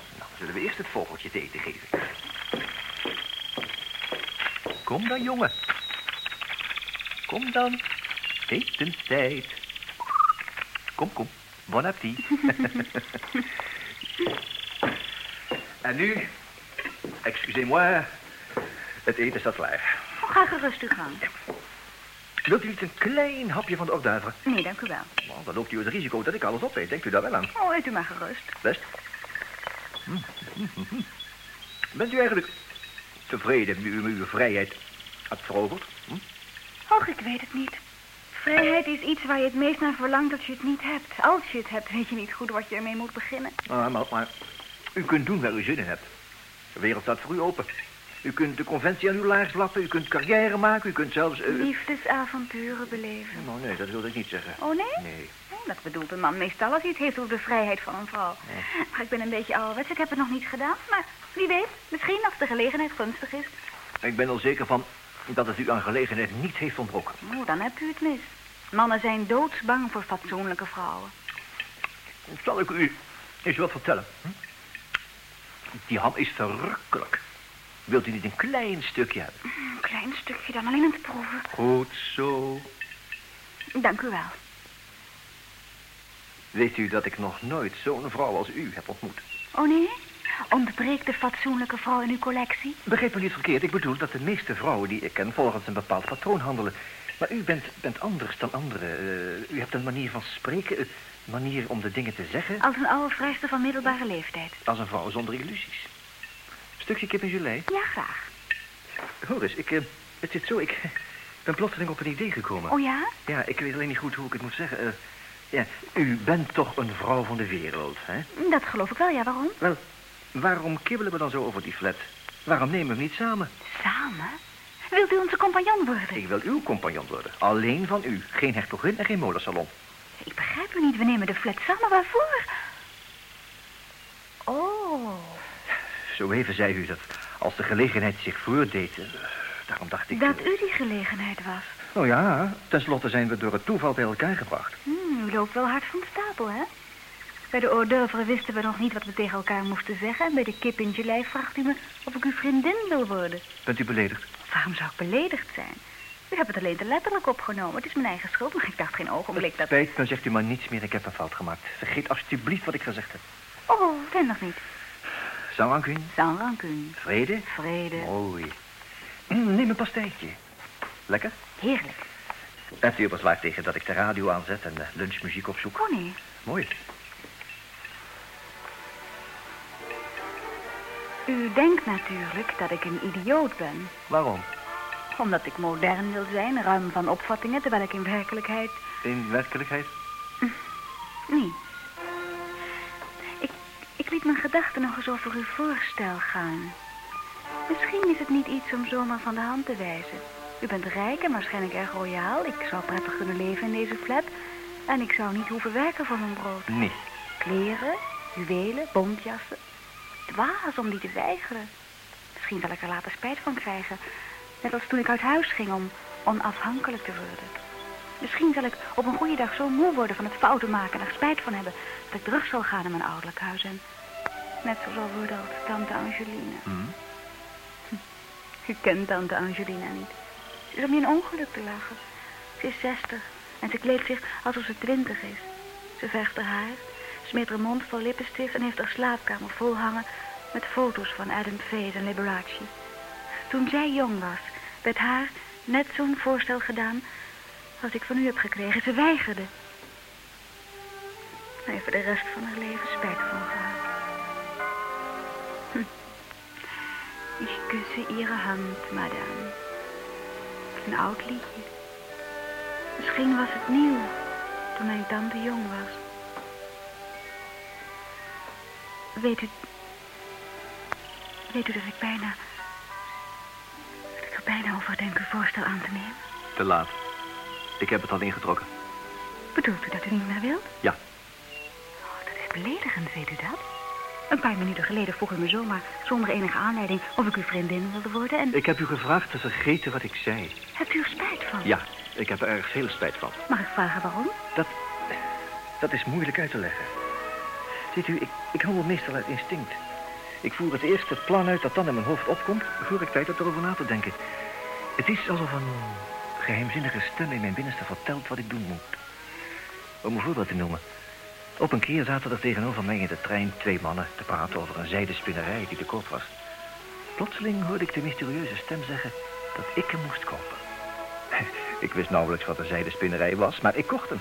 Speaker 4: Nou, zullen we eerst het vogeltje te eten geven. Kom dan, jongen. Kom dan. Etenstijd. Kom, kom. Bon appetit. en nu, excusez-moi, het eten staat klaar.
Speaker 2: Oh, Ga gerust uw gang.
Speaker 4: Wilt u niet een klein hapje van de hors d'oeuvre?
Speaker 2: Nee, dank u wel.
Speaker 4: Nou, dan loopt u het risico dat ik alles opeet. Denkt u daar wel aan?
Speaker 2: Oh, eet u maar gerust.
Speaker 4: Best. Hm. Bent u eigenlijk tevreden met uw, met uw vrijheid, Advogel?
Speaker 2: Och, ik weet het niet. Vrijheid is iets waar je het meest naar verlangt dat je het niet hebt. Als je het hebt, weet je niet goed wat je ermee moet beginnen.
Speaker 4: Ah, maar, maar u kunt doen waar u zin in hebt. De wereld staat voor u open. U kunt de conventie aan uw laars lappen, u kunt carrière maken, u kunt zelfs... eh,
Speaker 2: Liefdesavonturen beleven.
Speaker 4: Nou, nee, dat wilde ik niet zeggen.
Speaker 2: Oh, nee?
Speaker 4: Nee.
Speaker 2: Oh, Dat bedoelt een man meestal als hij het heeft over de vrijheid van een vrouw. Maar ik ben een beetje ouderwets, ik heb het nog niet gedaan. Maar wie weet, misschien als de gelegenheid gunstig is.
Speaker 4: Ik ben er zeker van dat het u aan gelegenheid niet heeft ontbroken.
Speaker 2: Oh, dan hebt u het mis. Mannen zijn doodsbang voor fatsoenlijke vrouwen.
Speaker 4: Zal ik u eens wat vertellen? Hm? Die ham is verrukkelijk. Wilt u niet een klein stukje hebben?
Speaker 2: Een klein stukje dan, alleen om te proeven.
Speaker 4: Goed zo.
Speaker 2: Dank u wel.
Speaker 4: Weet u dat ik nog nooit zo'n vrouw als u heb ontmoet?
Speaker 2: Oh nee? Ontbreekt de fatsoenlijke vrouw in uw collectie?
Speaker 4: Begreep me niet verkeerd. Ik bedoel dat de meeste vrouwen die ik ken volgens een bepaald patroon handelen. Maar u bent, bent anders dan anderen. Eh, u hebt een manier van spreken, een manier om de dingen te zeggen.
Speaker 2: Als een oude vrijster van middelbare leeftijd.
Speaker 4: Als een vrouw zonder illusies. Stukje kip en gelei.
Speaker 2: Ja, graag.
Speaker 4: Hoor eens, ik, eh, het zit zo. Ik ben plotseling op een idee gekomen.
Speaker 2: Oh ja?
Speaker 4: Ja, ik weet alleen niet goed hoe ik het moet zeggen. Eh, ja, u bent toch een vrouw van de wereld, hè?
Speaker 2: Dat geloof ik wel, ja. Waarom?
Speaker 4: Wel, waarom kibbelen we dan zo over die flat? Waarom nemen we hem niet samen?
Speaker 2: Samen? Wilt u onze compagnon worden?
Speaker 4: Ik wil uw compagnon worden. Alleen van u. Geen hertogin en geen molensalon.
Speaker 2: Ik begrijp u niet. We nemen de flat samen. Waarvoor? Oh.
Speaker 4: Zo even zei u dat als de gelegenheid zich voordeed. eh, Daarom dacht ik...
Speaker 2: Dat
Speaker 4: eh,
Speaker 2: u die gelegenheid was.
Speaker 4: Nou ja, tenslotte zijn we door het toeval bij elkaar gebracht.
Speaker 2: Hm, u loopt wel hard van de stapel, hè? Bij de hors d'oeuvre wisten we nog niet wat we tegen elkaar moesten zeggen. En bij de kip in July vraagt u me of ik uw vriendin wil worden.
Speaker 4: Bent u beledigd?
Speaker 2: Waarom zou ik beledigd zijn? U hebt het alleen te letterlijk opgenomen. Het is mijn eigen schuld, maar ik dacht geen ogenblik dat...
Speaker 4: Spijt me, zegt u maar niets meer. Ik heb een fout gemaakt. Vergeet alsjeblieft wat ik gezegd heb.
Speaker 2: Oh, ben nog niet.
Speaker 4: Zou rancune?
Speaker 2: Sans rancune.
Speaker 4: Vrede?
Speaker 2: Vrede.
Speaker 4: Mooi. Mm, neem een pastijtje. Lekker?
Speaker 2: Heerlijk.
Speaker 4: Hebt u er bezwaar tegen dat ik de radio aanzet en eh, lunchmuziek opzoek?
Speaker 2: Oh nee.
Speaker 4: Mooi.
Speaker 2: U denkt natuurlijk dat ik een idioot ben.
Speaker 4: Waarom?
Speaker 2: Omdat ik modern wil zijn, ruim van opvattingen, terwijl ik in werkelijkheid
Speaker 4: In werkelijkheid?
Speaker 2: Nee. Ik, ik liet mijn gedachten nog eens over uw voorstel gaan. Misschien is het niet iets om zomaar van de hand te wijzen. U bent rijk en waarschijnlijk erg royaal. Ik zou prettig kunnen leven in deze flat. En ik zou niet hoeven werken voor mijn brood.
Speaker 4: Nee.
Speaker 2: Kleren, juwelen, bontjassen. Dwaas om die te weigeren. Misschien zal ik er later spijt van krijgen. Net als toen ik uit huis ging om onafhankelijk te worden. Misschien zal ik op een goede dag zo moe worden van het fouten maken en er spijt van hebben... dat ik terug zal gaan naar mijn ouderlijk huis en net zo zal worden als tante Angeline. Hm. U kent tante Angelina niet. Ze is om je een ongeluk te lachen. Ze is zestig en ze kleedt zich alsof ze twintig is. Ze vergt haar haar, smeert haar mond vol lippenstift en heeft haar slaapkamer vol hangen met foto's van Adam Faze en Liberace. Toen zij jong was, werd haar net zo'n voorstel gedaan als ik van u heb gekregen. Ze weigerde. Hij heeft er de rest van haar leven spijt van gehad. Hm. Ik kusse Ihre Hand, madame. Een oud liedje. Misschien was het nieuw toen mijn tante jong was. Weet u... Weet u dat ik bijna... Dat ik er bijna over denk uw voorstel aan te nemen?
Speaker 4: Te laat. Ik heb het al ingetrokken.
Speaker 2: Bedoelt u dat u niet meer wilt?
Speaker 4: Ja.
Speaker 2: Oh, dat is beledigend, weet u dat? Een paar minuten geleden vroeg u me zomaar, zonder enige aanleiding, of ik uw vriendin wilde worden en...
Speaker 4: Ik heb u gevraagd te vergeten wat ik zei.
Speaker 2: Hebt u er spijt van?
Speaker 4: Ja, ik heb er erg veel spijt van.
Speaker 2: Mag ik vragen waarom?
Speaker 4: Dat, dat is moeilijk uit te leggen. Ziet u, ik, ik handel meestal uit instinct. Ik voer het eerste plan uit dat dan in mijn hoofd opkomt... voor ik tijd heb erover na te denken. Het is alsof een geheimzinnige stem in mijn binnenste vertelt wat ik doen moet. Om een voorbeeld te noemen. Op een keer zaten er tegenover mij in de trein twee mannen... te praten over een zijdespinnerij die te koop was. Plotseling hoorde ik de mysterieuze stem zeggen dat ik hem moest kopen. Ik wist nauwelijks wat een zijdespinnerij was, maar ik kocht hem.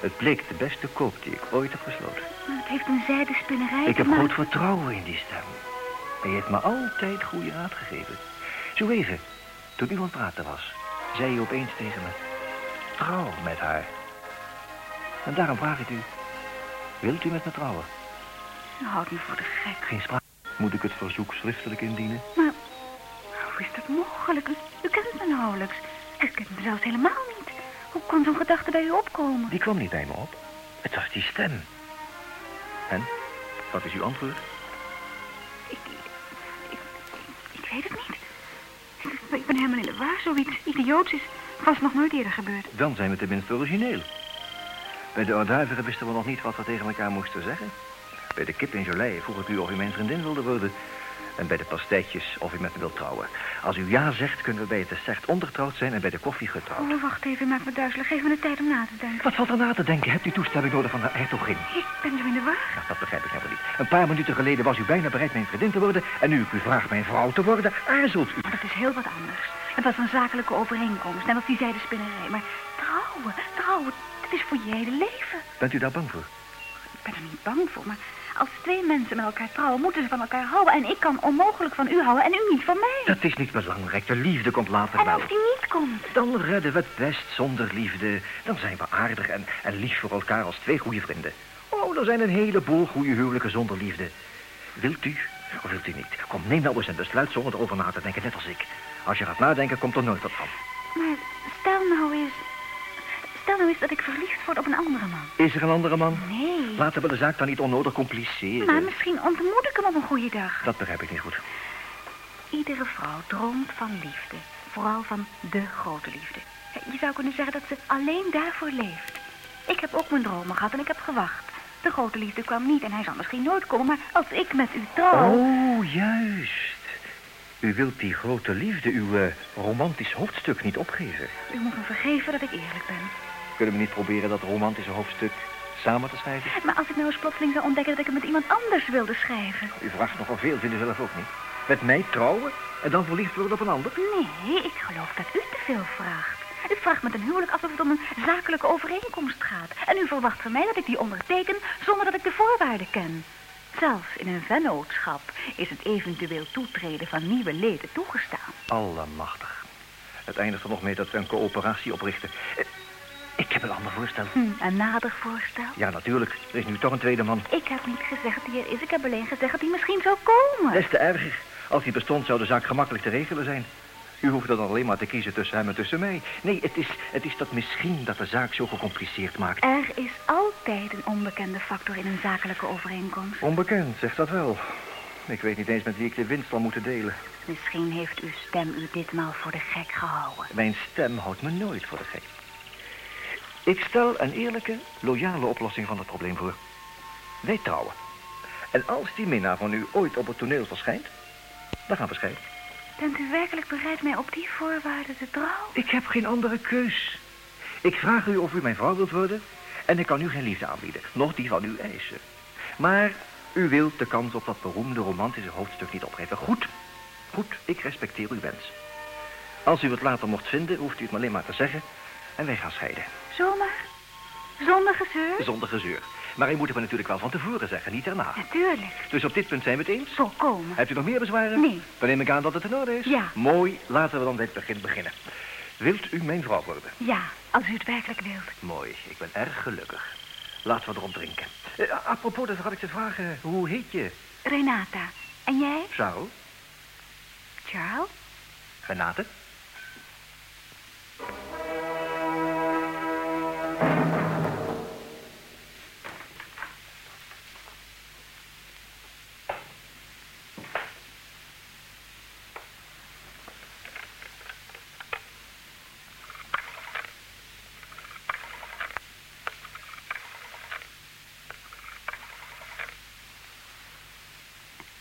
Speaker 4: Het bleek de beste koop die ik ooit heb gesloten.
Speaker 2: Maar Nou, het heeft een zijde spinnerij
Speaker 4: Ik
Speaker 2: te
Speaker 4: heb
Speaker 2: maken.
Speaker 4: groot vertrouwen in die stem. Hij heeft me altijd goede raad gegeven. Zo even, toen u aan het praten was, zei hij opeens tegen me... Trouw met haar. En daarom vraag ik u... Wilt u met me trouwen?
Speaker 2: U houdt Nou, me voor de gek.
Speaker 4: Geen sprake. Moet ik het verzoek schriftelijk indienen?
Speaker 2: Maar hoe is dat mogelijk? U, u kent me nauwelijks. U kent me zelfs helemaal niet. Hoe kon zo'n gedachte bij u opkomen?
Speaker 4: Die kwam niet bij me op. Het was die stem. En? Wat is uw antwoord?
Speaker 2: Ik, ik, ik, ik weet het niet. Ik, ik ben helemaal in de war. Zoiets idioots is vast nog nooit eerder gebeurd.
Speaker 4: Dan zijn we tenminste origineel. Bij de Orduiveren wisten we nog niet wat we tegen elkaar moesten zeggen. Bij de kip in Jolei vroeg ik u of u mijn vriendin wilde worden. En bij de pastijtjes of u met me wilt trouwen. Als u ja zegt, kunnen we bij het dessert ongetrouwd zijn en bij de koffie getrouwd.
Speaker 2: Oh, wacht even. Maak me duizelig. Geef me de tijd om na te denken.
Speaker 4: Wat valt er na te denken? Hebt u toestemming nodig van de hertogin?
Speaker 2: Ik ben zo in de war.
Speaker 4: Nou, dat begrijp ik helemaal niet. Een paar minuten geleden was u bijna bereid mijn vriendin te worden... en nu ik u vraag mijn vrouw te worden, aarzelt u.
Speaker 2: Maar dat is heel wat anders. Het was een zakelijke overeenkomst. Net als die zijde spinnerij. Maar trouwen, trouwen, dat is voor je hele leven.
Speaker 4: Bent u daar bang voor?
Speaker 2: Ik ben er niet bang voor, maar als twee mensen met elkaar trouwen, moeten ze van elkaar houden. En ik kan onmogelijk van u houden en u niet van mij.
Speaker 4: Dat is niet belangrijk. De liefde komt later
Speaker 2: En
Speaker 4: wel.
Speaker 2: als die niet komt,
Speaker 4: Dan redden we het best zonder liefde. Dan zijn we aardig en, en lief voor elkaar als twee goede vrienden. Oh, er zijn een heleboel goede huwelijken zonder liefde. Wilt u of wilt u niet? Kom, neem nou eens een besluit zonder erover na te denken, net als ik. Als je gaat nadenken, komt er nooit wat van.
Speaker 2: maar stel nou eens... Stel nou eens dat ik verliefd word op een andere man.
Speaker 4: Is er een andere man?
Speaker 2: Nee.
Speaker 4: Laten we de zaak dan niet onnodig compliceren.
Speaker 2: Maar misschien ontmoet ik hem op een goede dag.
Speaker 4: Dat begrijp ik niet goed.
Speaker 2: Iedere vrouw droomt van liefde. Vooral van de grote liefde. Je zou kunnen zeggen dat ze alleen daarvoor leeft. Ik heb ook mijn dromen gehad en ik heb gewacht. De grote liefde kwam niet en hij zal misschien nooit komen. Maar als ik met u trouw...
Speaker 4: Oh, juist. U wilt die grote liefde, uw eh, romantisch hoofdstuk, niet opgeven.
Speaker 2: U moet me vergeven dat ik eerlijk ben.
Speaker 4: Kunnen we niet proberen dat romantische hoofdstuk samen te schrijven?
Speaker 2: Maar als ik nou eens plotseling zou ontdekken dat ik het met iemand anders wilde schrijven.
Speaker 4: U vraagt nogal veel, vindt u zelf ook niet? Met mij trouwen en dan verliefd worden op een ander?
Speaker 2: Nee, ik geloof dat u te veel vraagt. U vraagt met een huwelijk alsof het om een zakelijke overeenkomst gaat. En u verwacht van mij dat ik die onderteken zonder dat ik de voorwaarden ken. Zelfs in een vennootschap is het eventueel toetreden van nieuwe leden toegestaan.
Speaker 4: Allemachtig. Het eindigt er nog mee dat we een coöperatie oprichten. Eh, Ik heb een ander voorstel.
Speaker 2: Hm, een nader voorstel?
Speaker 4: Ja, natuurlijk. Er is nu toch een tweede man.
Speaker 2: Ik heb niet gezegd die er is, ik heb alleen gezegd dat die misschien zou komen.
Speaker 4: Des te erger. Als die bestond, zou de zaak gemakkelijk te regelen zijn. U hoeft dan alleen maar te kiezen tussen hem en tussen mij. Nee, het is, het is dat misschien dat de zaak zo gecompliceerd maakt.
Speaker 2: Er is altijd een onbekende factor in een zakelijke overeenkomst.
Speaker 4: Onbekend, zegt dat wel. Ik weet niet eens met wie ik de winst zal moeten delen.
Speaker 2: Misschien heeft uw stem u ditmaal voor de gek gehouden.
Speaker 4: Mijn stem houdt me nooit voor de gek. Ik stel een eerlijke, loyale oplossing van het probleem voor. Wij trouwen. En als die minnaar van u ooit op het toneel verschijnt, dan gaan we scheiden.
Speaker 2: Bent u werkelijk bereid mij op die voorwaarden te trouwen?
Speaker 4: Ik heb geen andere keus. Ik vraag u of u mijn vrouw wilt worden en ik kan u geen liefde aanbieden, nog die van uw eisen. Maar u wilt de kans op dat beroemde romantische hoofdstuk niet opgeven. Goed, goed, ik respecteer uw wens. Als u het later mocht vinden, hoeft u het me alleen maar te zeggen en wij gaan scheiden.
Speaker 2: Zomaar? Zonder gezeur?
Speaker 4: Zonder gezeur. Maar u moet het me natuurlijk wel van tevoren zeggen, niet daarna.
Speaker 2: Natuurlijk.
Speaker 4: Dus op dit punt zijn we het eens.
Speaker 2: Volkomen.
Speaker 4: Hebt u nog meer bezwaren?
Speaker 2: Nee.
Speaker 4: Dan neem ik aan dat het in orde is.
Speaker 2: Ja.
Speaker 4: Mooi, laten we dan bij het begin beginnen.
Speaker 14: Wilt u mijn vrouw worden?
Speaker 2: Ja, als u het werkelijk wilt.
Speaker 14: Mooi, ik ben erg gelukkig. Laten we erop drinken. Eh, apropos,
Speaker 4: dus
Speaker 14: dat had ik te vragen. Hoe heet je?
Speaker 2: Renata. En jij,
Speaker 14: Charles?
Speaker 2: Charles?
Speaker 14: Renate?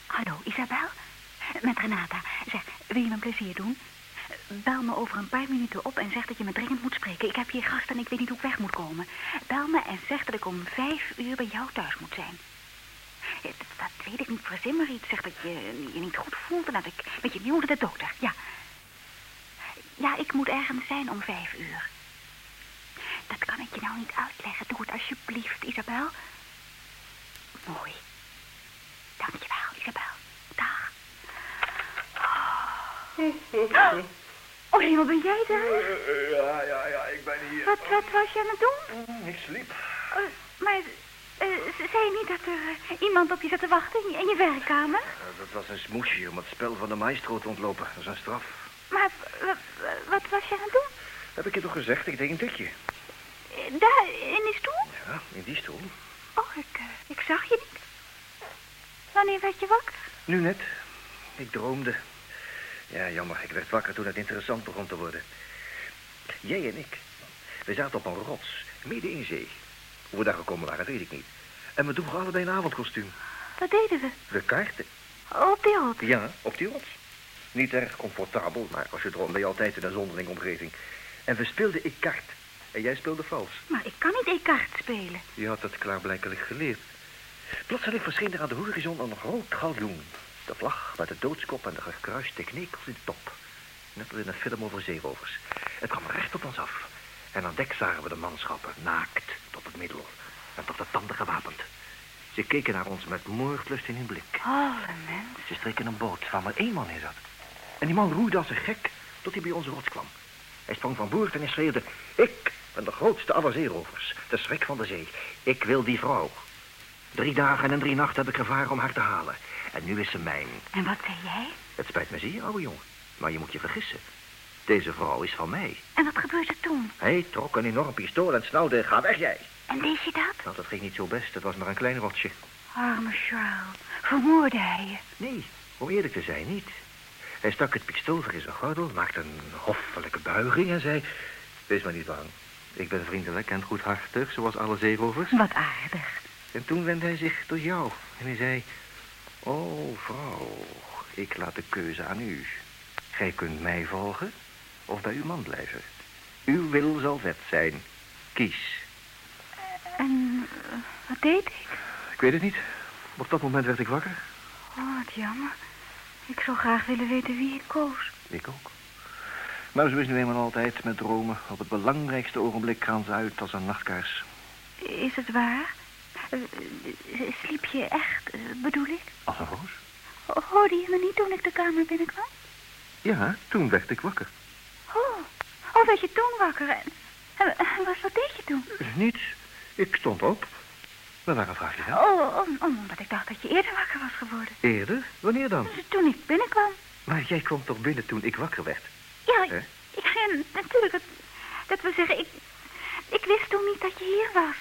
Speaker 2: Hallo, Isabel? Eh, Met Renata. Zeg, wil je me een plezier doen? Eh, Bel me over een paar minuten op en zeg dat je me dringend moet spreken. Ik heb hier gast en ik weet niet hoe ik weg moet komen. Bel me en zeg dat ik om vijf uur bij jou thuis moet zijn. Eh, Dat, dat weet ik niet precies, maar iets. Zeg dat je je niet goed voelt en dat ik met je nieuw naar de dokter. Ja. Ja, ik moet ergens zijn om vijf uur. Dat kan ik je nou niet uitleggen. Doe het alsjeblieft, Isabel. Mooi. Dankjewel, Isabel. Dag.
Speaker 15: Oh, hemel, ben jij daar?
Speaker 14: Ja, ja, ja, ik ben hier.
Speaker 15: Wat, wat was je aan het doen?
Speaker 4: Mm,
Speaker 14: Ik sliep.
Speaker 15: Eh, maar eh, ze- zei je niet dat er eh, iemand op je zat te wachten in je, in je werkkamer?
Speaker 4: Eh, dat was een smoesje om het spel van de maestro te ontlopen. Dat is een straf.
Speaker 15: Maar w- w- wat was je aan het doen?
Speaker 4: Heb ik je toch gezegd? Ik deed een tikje.
Speaker 15: Eh, Daar, in die stoel?
Speaker 4: Ja, in die stoel.
Speaker 15: Oh, ik, eh, ik zag je niet. Wanneer werd je wakker?
Speaker 4: Nu net. Ik droomde. Ja, jammer. Ik werd wakker toen het interessant begon te worden. Jij en ik. We zaten op een rots, midden in zee. Hoe we daar gekomen waren, weet ik niet. En we droegen allebei een avondkostuum.
Speaker 15: Wat deden we?
Speaker 4: We kaarten.
Speaker 15: Op die rot.
Speaker 4: Ja, op die rots. Niet erg comfortabel, maar als je droomt ben je altijd in een zonderlinge omgeving. En we speelden ik kaart. En jij speelde vals.
Speaker 2: Maar ik kan niet e-kaart spelen.
Speaker 4: Je had dat klaarblijkelijk geleerd. Plotseling verscheen er aan de horizon een rood galjoen. De vlag met de doodskop en de gekruiste knekels in de top. Net als in een film over zeerovers. Het kwam recht op ons af. En aan dek zagen we de manschappen, naakt, tot het middel. En tot de tanden gewapend. Ze keken naar ons met moordlust in hun blik.
Speaker 2: Alle mensen.
Speaker 4: Ze streken een boot waar maar één man in zat. En die man roeide als een gek tot hij bij onze rots kwam. Hij sprong van boord en hij schreeuwde... Ik ben de grootste aller zeerovers. De schrik van de zee. Ik wil die vrouw. Drie dagen en drie nachten heb ik gevaren om haar te halen. En nu is ze mijn.
Speaker 2: En wat zei jij?
Speaker 4: Het spijt me zeer, oude jongen. Maar je moet je vergissen. Deze vrouw is van mij.
Speaker 2: En wat gebeurde er toen?
Speaker 4: Hij trok een enorm pistool en snauwde... Ga weg, jij.
Speaker 2: En deed je dat?
Speaker 4: Nou, dat ging niet zo best. Het was maar een klein rotsje.
Speaker 2: Arme Charles. Vermoorde hij je.
Speaker 4: Nee, om eerlijk te zijn niet. Hij stak het pistool voor in zijn gordel, maakte een hoffelijke buiging en zei... Wees maar niet bang. Ik ben vriendelijk en goedhartig, zoals alle zeerovers.
Speaker 2: Wat aardig.
Speaker 4: En toen wendde hij zich tot jou en hij zei... Oh, vrouw, ik laat de keuze aan u. Gij kunt mij volgen of bij uw man blijven. Uw wil zal wet zijn. Kies.
Speaker 2: En eh, wat deed ik?
Speaker 4: Ik weet het niet. Op dat moment werd ik wakker.
Speaker 2: Oh, wat jammer. Ik zou graag willen weten wie ik koos.
Speaker 4: Ik ook. Maar zo is nu eenmaal altijd met dromen. Op het belangrijkste ogenblik gaan ze uit als een nachtkaars.
Speaker 2: Is het waar? Eh, eh, Sliep je echt, eh, bedoel ik?
Speaker 4: Als een roos?
Speaker 2: Hoorde je me niet toen ik de kamer binnenkwam?
Speaker 4: Ja, toen werd ik wakker.
Speaker 2: Oh, oh werd je toen wakker? En, en- en wat, wat deed je toen?
Speaker 4: Niets. Ik stond op. We waren vraagje wel.
Speaker 2: Oh, om- om- omdat ik dacht dat je eerder wakker was geworden.
Speaker 4: Eerder? Wanneer dan?
Speaker 2: Dus toen ik binnenkwam.
Speaker 4: Maar jij kwam toch binnen toen ik wakker werd?
Speaker 2: Ja,
Speaker 4: Hè?
Speaker 2: ik, ik- ja, natuurlijk. Dat, dat wil zeggen, ik, ik wist toen niet dat je hier was.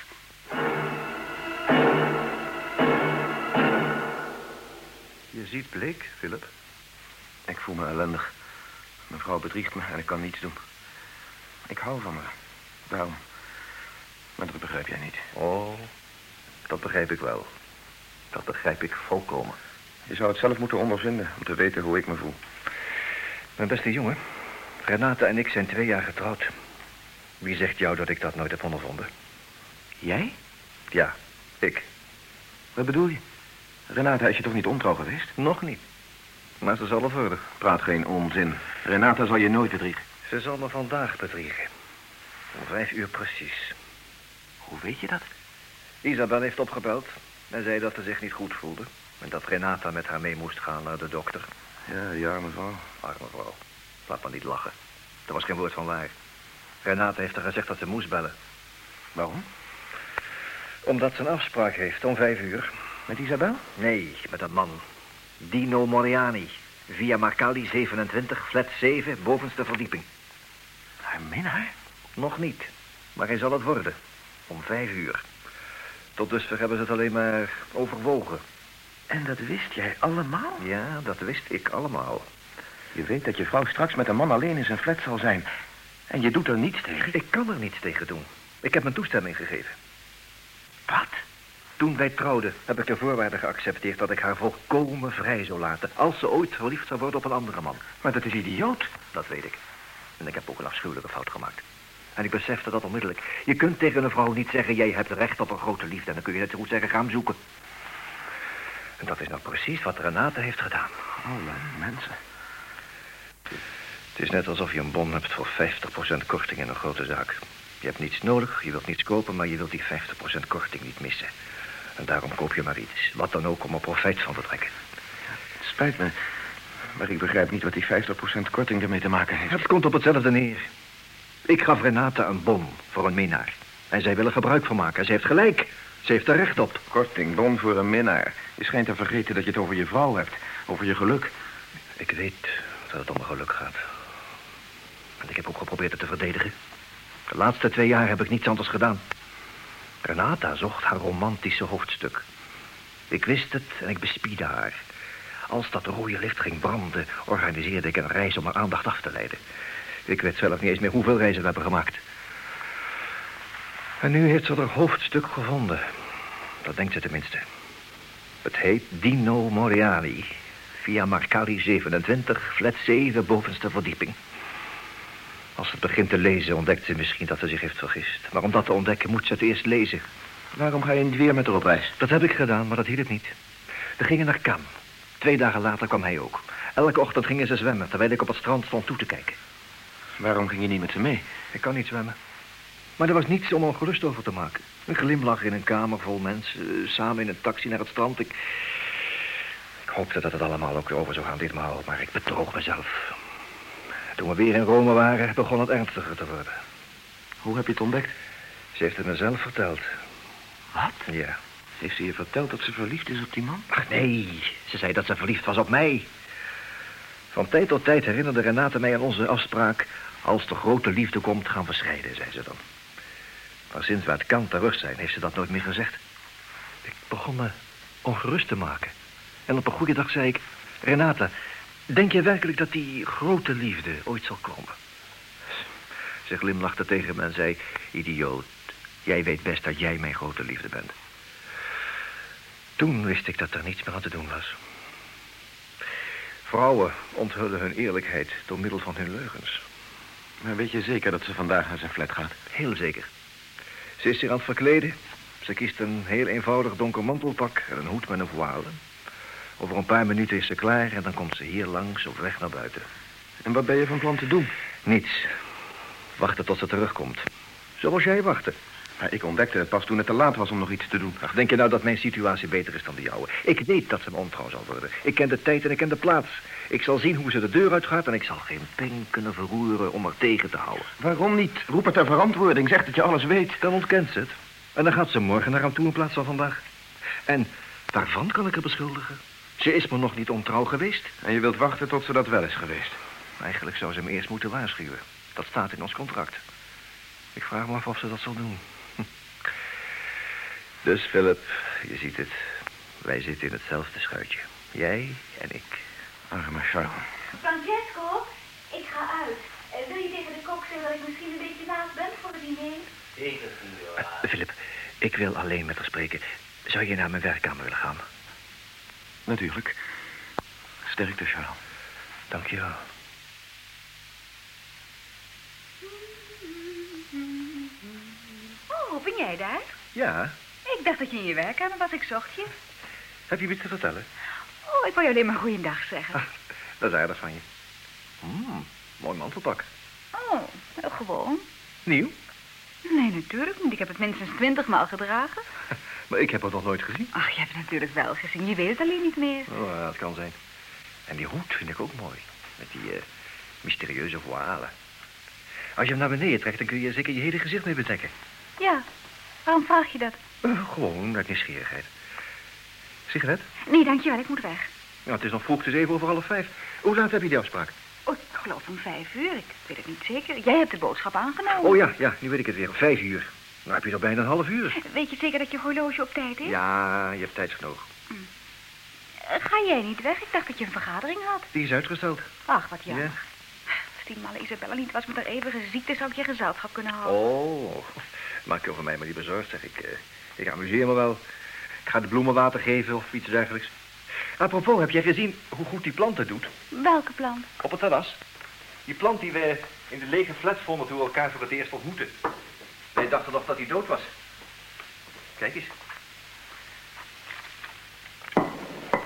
Speaker 4: Je ziet bleek, Philip.
Speaker 14: Ik voel me ellendig. Mijn vrouw bedriegt me en ik kan niets doen.
Speaker 4: Ik hou van haar.
Speaker 14: Daarom. Maar dat begrijp jij niet.
Speaker 4: Oh, dat begrijp ik wel. Dat begrijp ik volkomen.
Speaker 14: Je zou het zelf moeten ondervinden om te weten hoe ik me voel.
Speaker 4: Mijn beste jongen, Renata en ik zijn twee jaar getrouwd. Wie zegt jou dat ik dat nooit heb ondervonden?
Speaker 14: Jij?
Speaker 4: Ja, ik.
Speaker 14: Wat bedoel je? Renata is je toch niet ontrouw geweest?
Speaker 4: Nog niet. Maar ze zal er verder.
Speaker 14: Praat geen onzin. Renata zal je nooit bedriegen.
Speaker 4: Ze zal me vandaag bedriegen. Om vijf uur precies.
Speaker 14: Hoe weet je dat?
Speaker 4: Isabel heeft opgebeld en zei dat ze zich niet goed voelde. En dat Renata met haar mee moest gaan naar de dokter.
Speaker 14: Ja, ja, mevrouw.
Speaker 4: Arme vrouw, laat maar niet lachen. Daar was geen woord van waar. Renate heeft haar gezegd dat ze moest bellen.
Speaker 14: Waarom?
Speaker 4: Omdat ze een afspraak heeft om vijf uur.
Speaker 14: Met Isabel?
Speaker 4: Nee, met dat man. Dino Moriani. Via Marcali 27, flat 7, bovenste verdieping.
Speaker 14: Haar minnaar?
Speaker 4: Nog niet, maar hij zal het worden. Om vijf uur. Tot dusver hebben ze het alleen maar overwogen.
Speaker 14: En dat wist jij allemaal?
Speaker 4: Ja, dat wist ik allemaal.
Speaker 14: Je weet dat je vrouw straks met een man alleen in zijn flat zal zijn. En je doet er niets tegen.
Speaker 4: Ik kan er niets tegen doen. Ik heb mijn toestemming gegeven.
Speaker 14: Wat?
Speaker 4: Toen wij trouwden, heb ik de voorwaarde geaccepteerd dat ik haar volkomen vrij zou laten. Als ze ooit verliefd zou worden op een andere man.
Speaker 14: Maar dat is idioot.
Speaker 4: Dat weet ik. En ik heb ook een afschuwelijke fout gemaakt. En ik besefte dat onmiddellijk. Je kunt tegen een vrouw niet zeggen, jij hebt recht op een grote liefde. En dan kun je net zo goed zeggen, ga hem zoeken. En dat is nou precies wat Renate heeft gedaan.
Speaker 14: Alle mensen.
Speaker 4: Het is net alsof je een bon hebt voor 50% korting in een grote zaak. Je hebt niets nodig, je wilt niets kopen, maar je wilt die 50% korting niet missen. En daarom koop je maar iets. Wat dan ook om er profijt van te trekken.
Speaker 14: Het spijt me, maar ik begrijp niet wat die 50% korting ermee te maken heeft.
Speaker 4: Het komt op hetzelfde neer. Ik gaf Renate een bon voor een minnaar. En zij wil er gebruik van maken. Ze heeft gelijk. Ze heeft er recht op.
Speaker 14: Korting, bon voor een minnaar. Je schijnt te vergeten dat je het over je vrouw hebt. Over je geluk.
Speaker 4: Ik weet dat het om mijn geluk gaat. En ik heb ook geprobeerd het te verdedigen. De laatste twee jaar heb ik niets anders gedaan. Renata zocht haar romantische hoofdstuk. Ik wist het en ik bespiedde haar. Als dat rode licht ging branden, organiseerde ik een reis om haar aandacht af te leiden. Ik weet zelf niet eens meer hoeveel reizen we hebben gemaakt. En nu heeft ze haar hoofdstuk gevonden. Dat denkt ze tenminste. Het heet Dino Moriani. Via Marcari 27, flat 7, bovenste verdieping. Als ze begint te lezen, ontdekt ze misschien dat ze zich heeft vergist. Maar om dat te ontdekken, moet ze het eerst lezen.
Speaker 14: Waarom ga je niet weer met haar op reis?
Speaker 4: Dat heb ik gedaan, maar dat hielp niet. We gingen naar Cannes. Twee dagen later kwam hij ook. Elke ochtend gingen ze zwemmen, terwijl ik op het strand stond toe te kijken.
Speaker 14: Waarom ging je niet met ze mee?
Speaker 4: Ik kan niet zwemmen. Maar er was niets om ongerust over te maken. Een glimlach in een kamer vol mensen, eh, samen in een taxi naar het strand. Ik, ik hoopte dat het allemaal ook weer over zou gaan ditmaal, maar ik bedroog mezelf. Toen we weer in Rome waren, begon het ernstiger te worden.
Speaker 14: Hoe heb je het ontdekt?
Speaker 4: Ze heeft het mezelf verteld.
Speaker 14: Wat?
Speaker 4: Ja.
Speaker 14: Heeft ze je verteld dat ze verliefd is op die man?
Speaker 4: Ach nee, ze zei dat ze verliefd was op mij. Van tijd tot tijd herinnerde Renate mij aan onze afspraak... als de grote liefde komt, gaan we scheiden, zei ze dan. Maar sinds we uit kant terug zijn, heeft ze dat nooit meer gezegd. Ik begon me ongerust te maken. En op een goede dag zei ik... Renate, denk je werkelijk dat die grote liefde ooit zal komen? Ze glimlachte tegen me en zei... Idioot, jij weet best dat jij mijn grote liefde bent. Toen wist ik dat er niets meer aan te doen was. Vrouwen onthullen hun eerlijkheid door middel van hun leugens.
Speaker 14: Maar weet je zeker dat ze vandaag naar zijn flat gaat?
Speaker 4: Heel zeker. Ze is zich aan het verkleden. Ze kiest een heel eenvoudig donker mantelpak en een hoed met een voile. Over een paar minuten is ze klaar en dan komt ze hier langs op weg naar buiten.
Speaker 14: En wat ben je van plan te doen?
Speaker 4: Niets. Wachten tot ze terugkomt. Zoals jij wachtte.
Speaker 14: Maar ik ontdekte het pas toen het te laat was om nog iets te doen.
Speaker 4: Ach, denk je nou dat mijn situatie beter is dan de jouwe? Ik weet dat ze me ontrouw zal worden. Ik ken de tijd en ik ken de plaats. Ik zal zien hoe ze de deur uitgaat en ik zal geen ping kunnen verroeren om haar tegen te houden.
Speaker 14: Waarom niet? Roep het ter verantwoording. Zeg dat je alles weet.
Speaker 4: Dan ontkent ze het. En dan gaat ze morgen naar hem toe in plaats van vandaag. En daarvan kan ik haar beschuldigen. Ze is me nog niet ontrouw geweest.
Speaker 14: En je wilt wachten tot ze dat wel is geweest.
Speaker 4: Eigenlijk zou ze hem eerst moeten waarschuwen. Dat staat in ons contract. Ik vraag me af of ze dat zal doen. Dus, Philip, je ziet het. Wij zitten in hetzelfde schuitje. Jij en ik.
Speaker 14: Arme Charles.
Speaker 15: Francesco, ik ga uit. Eh, wil je tegen de kok zeggen dat ik misschien een beetje laat ben voor het diner?
Speaker 16: Zeker, signora.
Speaker 4: Eh, Philip, ik wil alleen met haar spreken. Zou je naar mijn werkkamer willen gaan?
Speaker 14: Natuurlijk. Sterkte, Charles.
Speaker 4: Dank je wel.
Speaker 2: Oh, ben jij daar?
Speaker 4: Ja,
Speaker 2: Ik dacht dat je in je werkkamer was. Ik zocht je.
Speaker 4: heb je iets te vertellen?
Speaker 2: Oh, ik wou je alleen maar goeiedag zeggen.
Speaker 4: Ah. Dat is aardig van je. Mm, mooi mantelpak.
Speaker 2: Oh, eh, gewoon.
Speaker 4: Nieuw?
Speaker 2: Nee, natuurlijk niet. Ik heb het minstens twintig maal gedragen.
Speaker 4: Maar ik heb het nog nooit gezien.
Speaker 2: Ach, je hebt het natuurlijk wel gezien. Je weet het alleen niet meer.
Speaker 4: Oh, ja, dat kan zijn. En die hoed vind ik ook mooi. Met die eh, mysterieuze voile. Als je hem naar beneden trekt, dan kun je zeker je hele gezicht mee bedekken.
Speaker 2: Ja, waarom vraag je dat?
Speaker 4: Eh, gewoon, uit nieuwsgierigheid. Sigaret?
Speaker 2: Nee, dankjewel, ik moet weg.
Speaker 4: Nou, het is nog vroeg, het is even over half vijf. Hoe laat heb je die afspraak?
Speaker 2: Oh, ik geloof om vijf uur, ik weet het niet zeker. Jij hebt de boodschap aangenomen.
Speaker 4: Oh ja, ja, nu weet ik het weer. om Vijf uur. Nou heb je nog bijna een half uur.
Speaker 2: Weet je zeker dat je horloge op tijd is?
Speaker 4: Oh. Ja, je hebt tijd genoeg.
Speaker 2: Eh, Ga jij niet weg? Ik dacht dat je een vergadering had.
Speaker 4: Die is uitgesteld.
Speaker 2: Ach, wat jammer.
Speaker 4: Ja.
Speaker 2: Als die malle Isabella niet was met haar eeuwige ziekte, zou ik je gezelschap kunnen houden.
Speaker 4: Oh, maak je over mij maar niet bezorgd, zeg ik. eh, ik amuseer me wel. Ik ga de bloemen water geven of iets dergelijks. Apropos, heb jij gezien hoe goed die plant het doet?
Speaker 2: Welke plan?
Speaker 4: Op het terras. Die plant die we in de lege flat vonden toen we elkaar voor het eerst ontmoetten. Wij dachten nog dat hij dood was. Kijk eens.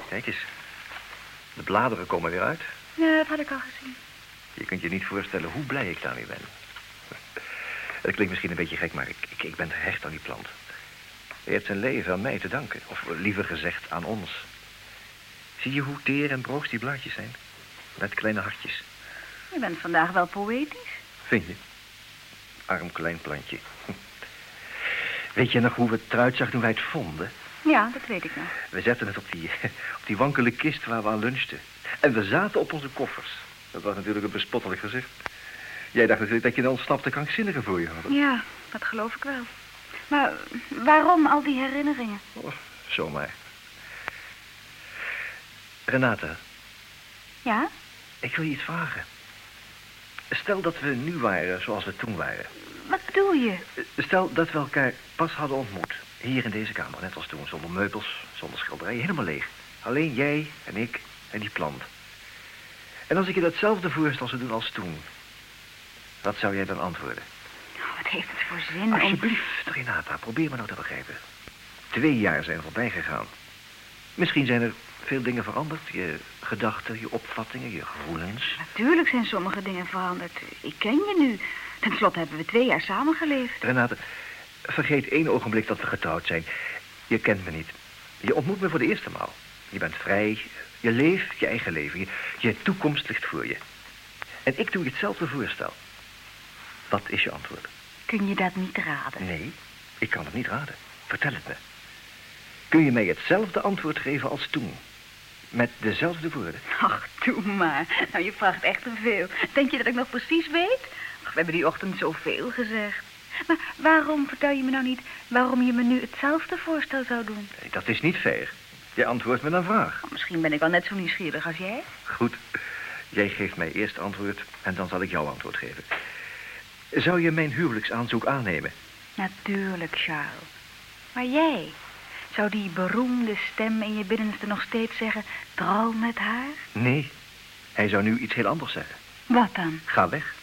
Speaker 4: Kijk eens. De bladeren komen weer uit.
Speaker 2: Nee, dat had ik al gezien.
Speaker 4: Je kunt je niet voorstellen hoe blij ik daarmee ben. Het klinkt misschien een beetje gek, maar ik, ik, ik ben gehecht aan die plant. Hij heeft zijn leven aan mij te danken. Of liever gezegd, aan ons. Zie je hoe teer en broos die blaadjes zijn? Met kleine hartjes.
Speaker 2: Je bent vandaag wel poëtisch.
Speaker 4: Vind je? Arm klein plantje. Weet je nog hoe we het eruit zag toen wij het vonden?
Speaker 2: Ja, dat weet ik nog.
Speaker 4: We zetten het op die, op die wankele kist waar we aan lunchten. En we zaten op onze koffers. Dat was natuurlijk een bespottelijk gezicht. Jij dacht natuurlijk dat je een ontsnapte krankzinnige voor je had.
Speaker 2: Ja, dat geloof ik wel. Maar waarom al die herinneringen?
Speaker 4: Oh, Zomaar. Renata,
Speaker 2: Ja?
Speaker 4: ik wil je iets vragen. Stel dat we nu waren zoals we toen waren.
Speaker 2: Wat bedoel je?
Speaker 4: Stel dat we elkaar pas hadden ontmoet. Hier in deze kamer, net als toen. Zonder meubels, zonder schilderijen, helemaal leeg. Alleen jij en ik en die plant. En als ik je datzelfde voorstel zou doen als toen... wat zou jij dan antwoorden?
Speaker 2: Oh, wat heeft het voor zin om...
Speaker 4: Alsjeblieft, Renata, probeer me nou te begrijpen. Twee jaar zijn voorbij gegaan. Misschien zijn er veel dingen veranderd. Je gedachten, je opvattingen, je gevoelens.
Speaker 2: Natuurlijk zijn sommige dingen veranderd. Ik ken je nu. Ten slotte hebben we twee jaar samengeleefd.
Speaker 4: Renate, vergeet één ogenblik dat we getrouwd zijn. Je kent me niet. Je ontmoet me voor de eerste maal. Je bent vrij. Je leeft je eigen leven. Je, je toekomst ligt voor je. En ik doe je hetzelfde voorstel. Wat is je antwoord?
Speaker 2: Kun je dat niet raden?
Speaker 4: Nee, ik kan het niet raden. Vertel het me. Kun je mij hetzelfde antwoord geven als toen? Met dezelfde woorden?
Speaker 2: Ach, doe maar. Nou, je vraagt echt te veel. Denk je dat ik nog precies weet? Ach, we hebben die ochtend zoveel gezegd. Maar waarom vertel je me nou niet waarom je me nu hetzelfde voorstel zou doen?
Speaker 4: Nee, dat is niet fair. Je antwoordt met een vraag.
Speaker 2: Oh, misschien ben ik wel net zo nieuwsgierig als jij.
Speaker 4: Goed, jij geeft mij eerst antwoord en dan zal ik jouw antwoord geven. Zou je mijn huwelijksaanzoek aannemen?
Speaker 2: Natuurlijk, Charles. Maar jij? Zou die beroemde stem in je binnenste nog steeds zeggen... trouw met haar?
Speaker 4: Nee, hij zou nu iets heel anders zeggen.
Speaker 2: Wat dan?
Speaker 4: Ga weg.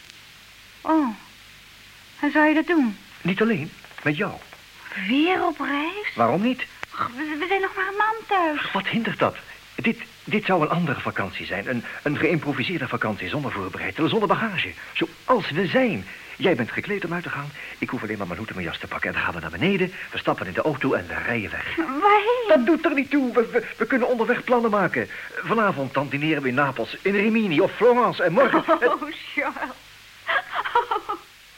Speaker 2: Oh, en zou je dat doen?
Speaker 4: Niet alleen, met jou.
Speaker 2: Weer op reis?
Speaker 4: Waarom niet?
Speaker 2: Ach, we, we zijn nog maar een maand thuis.
Speaker 4: Wat hindert dat? Dit, dit zou een andere vakantie zijn. Een, een geïmproviseerde vakantie zonder voorbereidselen, zonder bagage. Zoals we zijn. Jij bent gekleed om uit te gaan. Ik hoef alleen maar mijn hoed en mijn jas te pakken. En dan gaan we naar beneden. We stappen in de auto en we rijden weg.
Speaker 2: Waarheen?
Speaker 4: Dat doet er niet toe. We, we, we kunnen onderweg plannen maken. Vanavond dan dineren we in Napels, in Rimini of Florence. En morgen...
Speaker 2: Oh, Charles.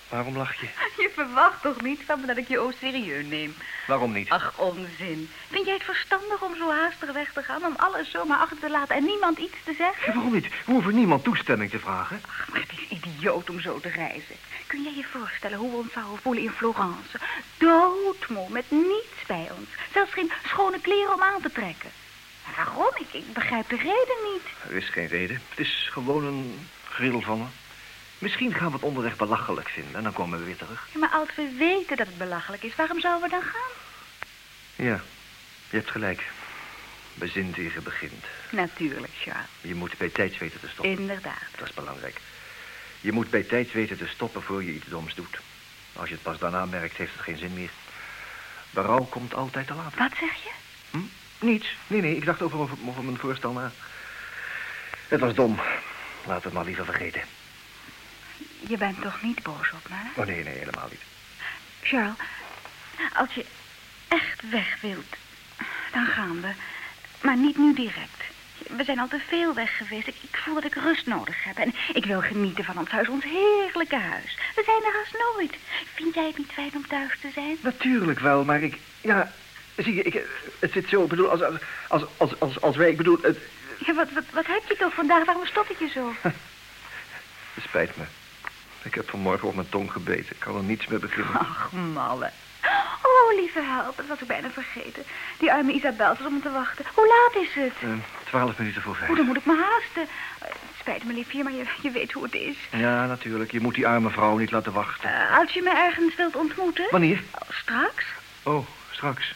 Speaker 4: Waarom lach je?
Speaker 2: Je verwacht toch niet van me dat ik je ook serieus neem?
Speaker 4: Waarom niet?
Speaker 2: Ach, onzin. Vind jij het verstandig om zo haastig weg te gaan, om alles zomaar achter te laten en niemand iets te zeggen?
Speaker 4: Waarom niet? We hoeven niemand toestemming te vragen.
Speaker 2: Ach, maar het is idioot om zo te reizen. Kun jij je voorstellen hoe we ons zouden voelen in Florence? Doodmoe, met niets bij ons. Zelfs geen schone kleren om aan te trekken. Waarom? Ik, ik begrijp de reden niet.
Speaker 4: Er is geen reden. Het is gewoon een griddel van me. Misschien gaan we het onderweg belachelijk vinden en dan komen we weer terug.
Speaker 2: Ja, maar als we weten dat het belachelijk is, waarom zouden we dan gaan?
Speaker 4: Ja, je hebt gelijk. Bezin tegen begint.
Speaker 2: Natuurlijk, Charles.
Speaker 4: Je moet bij tijds weten te stoppen.
Speaker 2: Inderdaad.
Speaker 4: Dat is belangrijk. Je moet bij tijds weten te stoppen voor je iets doms doet. Als je het pas daarna merkt, heeft het geen zin meer. Berouw komt altijd te laat. Hm?
Speaker 2: Wat zeg je?
Speaker 4: Niets. Nee, nee, ik dacht over, over, over mijn voorstel na. Het was dom. Laat het maar liever vergeten.
Speaker 2: Je bent toch niet boos op me? hè?
Speaker 4: Oh nee, nee, helemaal niet.
Speaker 2: Charles, als je echt weg wilt, dan gaan we. Maar niet nu direct. We zijn al te veel weg geweest. Ik, ik voel dat ik rust nodig heb. En ik wil genieten van ons huis, ons heerlijke huis. We zijn er haast nooit. Vind jij het niet fijn om thuis te zijn?
Speaker 4: Natuurlijk wel, maar ik... Ja, zie je, ik, eh, het zit zo. Ik bedoel, als, als, als, als, als, als wij... Ik bedoel, het
Speaker 2: Ja, wat, wat, wat heb je toch vandaag? Waarom stot het je zo?
Speaker 4: spijt me. Ik heb vanmorgen op mijn tong gebeten. Ik kan er niets mee beginnen.
Speaker 2: Ach, malle. Oh, lieve help, dat was ik bijna vergeten. Die arme Isabel zat op me te wachten. Hoe laat is het?
Speaker 4: Eh, Twaalf minuten voor
Speaker 2: Oh,
Speaker 4: vijf.
Speaker 2: dan moet ik me haasten. Eh, Het spijt me, liefje, maar je, je weet hoe het is.
Speaker 4: Ja, natuurlijk. Je moet die arme vrouw niet laten wachten.
Speaker 2: Eh, als je me ergens wilt ontmoeten...
Speaker 4: Wanneer?
Speaker 2: Oh, straks?
Speaker 4: Oh, straks.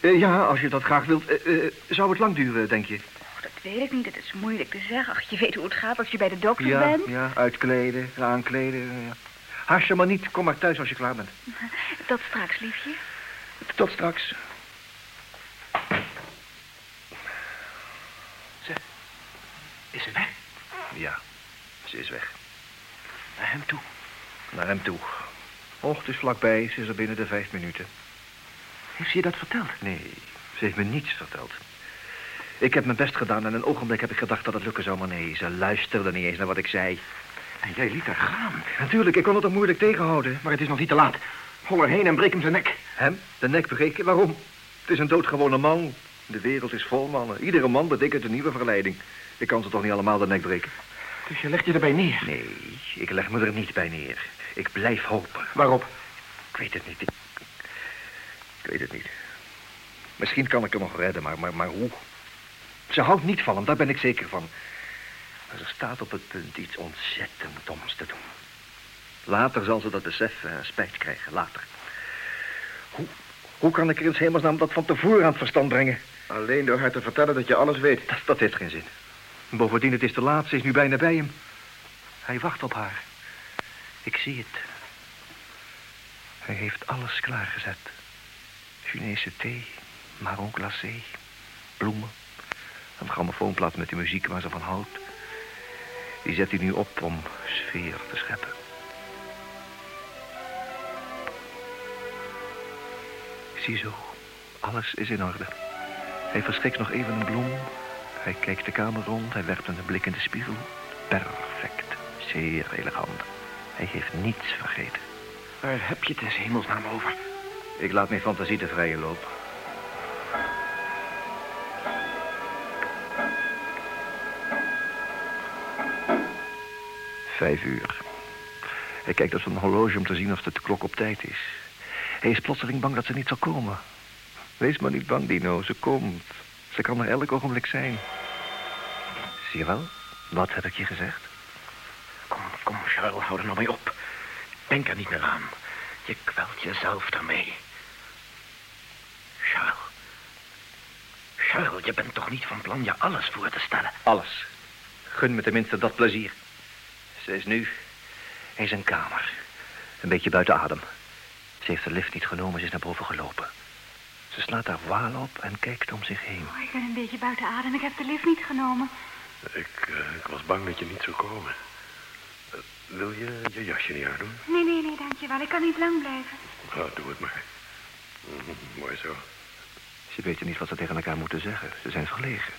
Speaker 4: Eh, ja, als je dat graag wilt. eh, eh, zou het lang duren, denk je?
Speaker 2: Oh, dat weet ik niet, het is moeilijk te zeggen. Ach, je weet hoe het gaat als je bij de dokter
Speaker 4: Ja,
Speaker 2: bent.
Speaker 4: ja. Uitkleden, aankleden. Ja. Haast je maar niet. Kom maar thuis als je klaar bent.
Speaker 2: Tot straks, liefje.
Speaker 4: Tot straks.
Speaker 16: Is ze weg?
Speaker 4: Ja, ze is weg.
Speaker 16: Naar hem toe.
Speaker 4: Naar hem toe. Och, het is vlakbij. Ze is er binnen de vijf minuten.
Speaker 16: Heeft ze je dat verteld?
Speaker 4: Nee, ze heeft me niets verteld. Ik heb mijn best gedaan en een ogenblik heb ik gedacht dat het lukken zou, maar nee, ze luisterde niet eens naar wat ik zei.
Speaker 16: En jij liet haar gaan.
Speaker 4: Natuurlijk, ik kon het ook moeilijk tegenhouden.
Speaker 16: Maar het is nog niet te laat. Hol erheen en breek hem zijn nek.
Speaker 4: Hem? De nek breken? Waarom? Het is een doodgewone man. De wereld is vol mannen. Iedere man betekent een nieuwe verleiding. Ik kan ze toch niet allemaal de nek breken?
Speaker 16: Dus je legt je erbij neer.
Speaker 4: Nee, ik leg me er niet bij neer. Ik blijf hopen.
Speaker 16: Waarop?
Speaker 4: Ik weet het niet. Ik, ik weet het niet. Misschien kan ik hem nog redden, maar, maar, maar hoe? Ze houdt niet van hem, daar ben ik zeker van. Maar ze staat op het punt iets ontzettend doms te doen. Later zal ze dat beseffen en spijt krijgen, later. Hoe, hoe kan ik er in 's hemelsnaam dat van tevoren aan het verstand brengen?
Speaker 6: Alleen door haar te vertellen dat je alles weet.
Speaker 4: Dat, dat heeft geen zin. Bovendien, het is te laat. Ze is nu bijna bij hem. Hij wacht op haar. Ik zie het. Hij heeft alles klaargezet. Chinese thee, marron glacé, bloemen. Een grammofoonplaat met de muziek waar ze van houdt. Die zet hij nu op om sfeer te scheppen. Ziezo, alles is in orde. Hij verschrikt nog even een bloem. Hij kijkt de kamer rond. Hij werpt een blik in de spiegel. Perfect. Zeer elegant. Hij heeft niets vergeten.
Speaker 16: Waar heb je het in hemelsnaam over?
Speaker 4: Ik laat mijn fantasie de vrije loop. Vijf uur. Hij kijkt op zijn horloge om te zien of de klok op tijd is. Hij is plotseling bang dat ze niet zal komen. Wees maar niet bang, Dino. Ze komt. Ze kan er elk ogenblik zijn. Zie je wel? Wat heb ik je gezegd?
Speaker 16: Kom, kom, Charles, hou er nou mee op. Denk er niet meer aan. Je kwelt jezelf daarmee. Charles. Charles, je bent toch niet van plan je alles voor te stellen?
Speaker 4: Alles. Gun me tenminste dat plezier. Ze is nu in zijn kamer. Een beetje buiten adem. Ze heeft de lift niet genomen, ze is naar boven gelopen. Ze slaat haar waal op en kijkt om zich heen.
Speaker 2: Oh, ik ben een beetje buiten adem. Ik heb de lift niet genomen.
Speaker 17: Ik, eh, ik was bang dat je niet zou komen. Eh, wil je je jasje niet aandoen?
Speaker 2: Nee, nee, nee, dankjewel. Ik kan niet lang blijven.
Speaker 17: Nou, doe het maar. Mhm, mooi zo.
Speaker 4: Ze weten niet wat ze tegen elkaar moeten zeggen. Ze zijn verlegen.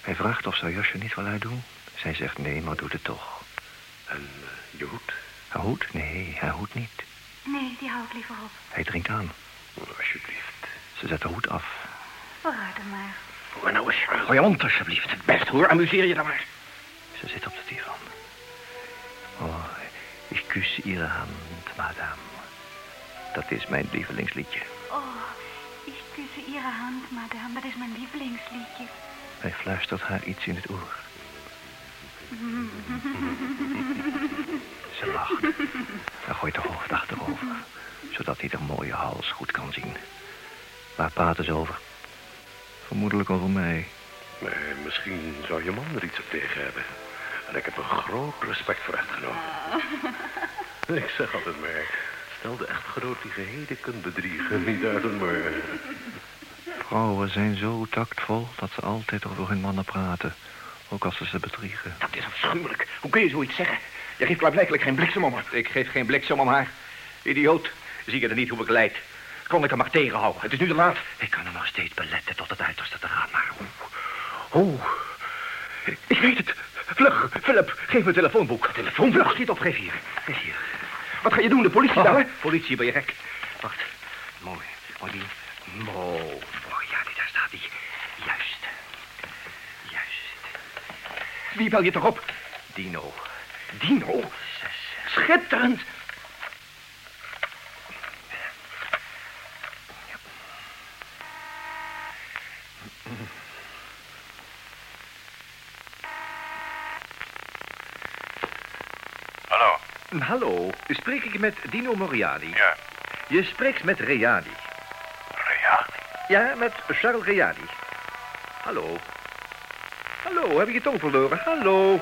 Speaker 4: Hij vraagt of ze haar jasje niet wil uitdoen. Zij zegt nee, maar doet het toch.
Speaker 17: En eh, je hoed?
Speaker 4: Haar hoed? Nee, haar hoed niet.
Speaker 2: Nee, die hou ik liever op.
Speaker 4: Hij drinkt aan.
Speaker 17: Oh, alsjeblieft.
Speaker 4: Ze zet haar hoed af.
Speaker 2: Vooruit dan maar.
Speaker 16: Hoor nou eens, Charles.
Speaker 4: Hou je mond alsjeblieft.
Speaker 16: Best hoor, amuseer je dan maar.
Speaker 4: Ze zit op de divan. Oh, ik kus Ihre hand, madame. Dat is mijn lievelingsliedje.
Speaker 2: Oh, ik kusse Ihre hand, madame. Dat is mijn lievelingsliedje.
Speaker 4: Hij fluistert haar iets in het oor. Ze lacht en gooit haar hoofd achterover, zodat hij haar mooie hals goed kan zien. Waar praat is over? Vermoedelijk over mij.
Speaker 17: Maar misschien zou je man er iets op tegen hebben. En ik heb een groot respect voor echtgenoten.
Speaker 6: Ah.
Speaker 17: Ik zeg altijd maar... Stel de echtgenoot die geheden kunt bedriegen niet uit een maar...
Speaker 4: Vrouwen zijn zo tactvol dat ze altijd over hun mannen praten, ook als ze ze bedriegen.
Speaker 16: Dat is afschuwelijk. Hoe kun je zoiets zeggen? Je geeft blijkbaar geen bliksem om haar.
Speaker 4: Ik geef geen bliksem om haar. Idioot. Zie je er niet hoe ik leid? Kon ik hem maar tegenhouden. Het is nu te laat. Ik kan hem nog steeds beletten tot het uiterste te gaan, maar hoe? Hoe? Ik weet het. Vlug, Philip, geef me telefoonboek. telefoonboek? Vlug, schiet op, geef hier. Geef hier. Wat ga je doen, de politie
Speaker 16: Oh,
Speaker 4: bellen? Politie, ben je gek? Wacht, mooi. Mooi, die. Mooi, mooi. Ja, dit, daar staat die. Juist. Juist. Wie bel je toch op? Dino. Dino? Schitterend.
Speaker 18: Hallo,
Speaker 4: Hallo, spreek ik met Dino Moriani?
Speaker 18: Ja.
Speaker 4: Je spreekt met Reani.
Speaker 18: Reani?
Speaker 4: Ja, met Charles Reani. Hallo. Hallo, heb ik je tong verloren? Hallo.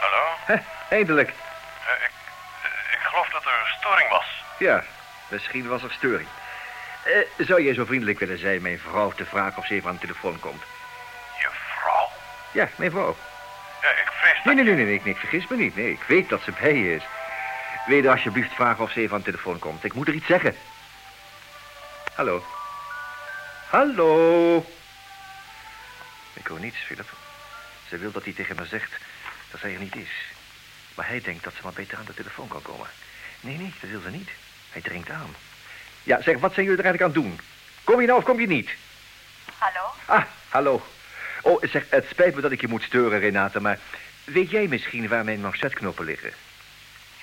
Speaker 18: hallo?
Speaker 4: Heh, eindelijk.
Speaker 18: Eh, ik, eh, ik geloof dat er storing was.
Speaker 4: Ja, misschien was er storing. Eh, zou jij zo vriendelijk willen zijn mijn vrouw te vragen of ze even aan de telefoon komt?
Speaker 18: Je vrouw?
Speaker 4: Ja, mijn vrouw.
Speaker 18: Ja, ik vrees
Speaker 4: Nee, nee, nee, nee, nee, ik, nee, ik vergis me niet. Nee, ik weet dat ze bij je is. Wil je haar alsjeblieft vragen of ze even aan de telefoon komt? Ik moet er iets zeggen. Hallo. Hallo. Ik hoor niets, Philip. Ze wil dat hij tegen me zegt dat zij er niet is. Maar hij denkt dat ze maar beter aan de telefoon kan komen. Nee, nee, dat wil ze niet. Hij dringt aan. Ja, zeg, wat zijn jullie er eigenlijk aan het doen? Kom je nou of kom je niet?
Speaker 15: Hallo?
Speaker 4: Ah, hallo. Oh, zeg, het spijt me dat ik je moet steuren, Renate, maar weet jij misschien waar mijn manchetknopen liggen?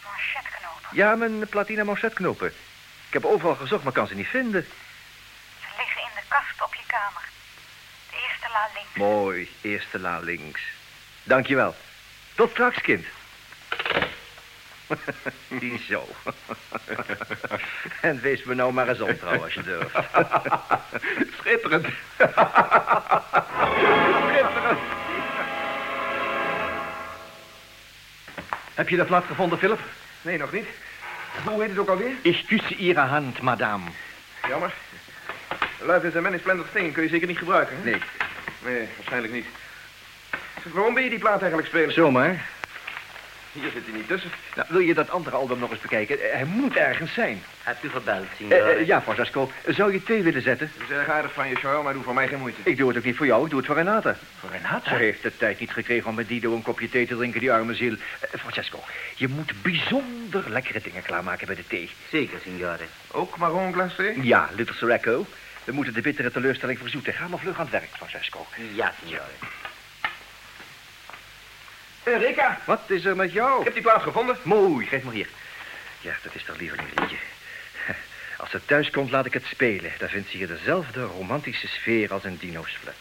Speaker 15: Manchetknopen?
Speaker 4: Ja, mijn platina manchetknopen. Ik heb overal gezocht, maar kan ze niet vinden.
Speaker 15: Ze liggen in de kast op je kamer. De eerste la links.
Speaker 4: Mooi, eerste la links. Dankjewel. Tot straks, kind. Zo. en wees me nou maar eens ontrouw als je durft. Schitterend. Heb je de plaat gevonden, Philip? Nee, nog niet. Hoe heet het ook alweer? Ik kus Ihre hand, madame.
Speaker 6: Jammer. Life is a man is splendid thing. Kun je zeker niet gebruiken, hè?
Speaker 4: Nee.
Speaker 6: Nee, waarschijnlijk niet. Zeg, waarom ben je die plaat eigenlijk spelen?
Speaker 4: eh, Zomaar.
Speaker 6: Hier zit hij niet tussen.
Speaker 4: Nou, wil je dat andere album nog eens bekijken? Eh, Hij moet ergens zijn.
Speaker 19: Hebt u gebeld,
Speaker 4: Eh, eh, ja, Francesco, zou je thee willen zetten?
Speaker 6: Dat is erg aardig van je, Charles, maar doe voor mij geen moeite.
Speaker 4: Ik doe het ook niet voor jou, ik doe het voor Renate.
Speaker 19: Voor Renata?
Speaker 4: Ze heeft de tijd niet gekregen om met Dido een kopje thee te drinken, die arme ziel. Eh, Francesco, je moet bijzonder lekkere dingen klaarmaken bij de thee.
Speaker 19: Zeker, signore.
Speaker 6: Ook marron glacé?
Speaker 4: Ja, Little Sirocco. We moeten de bittere teleurstelling verzoeten. Ga maar vlug aan het werk, Francesco.
Speaker 19: Ja, signore.
Speaker 6: Hé, Eh, Rika,
Speaker 4: Wat is er met jou?
Speaker 6: ik heb die plaat gevonden.
Speaker 4: Mooi, geef maar hier. Ja, dat is toch lievelingsliedje. Als ze thuis komt, laat ik het spelen. Dan vindt ze hier dezelfde romantische sfeer als in Dino's flat.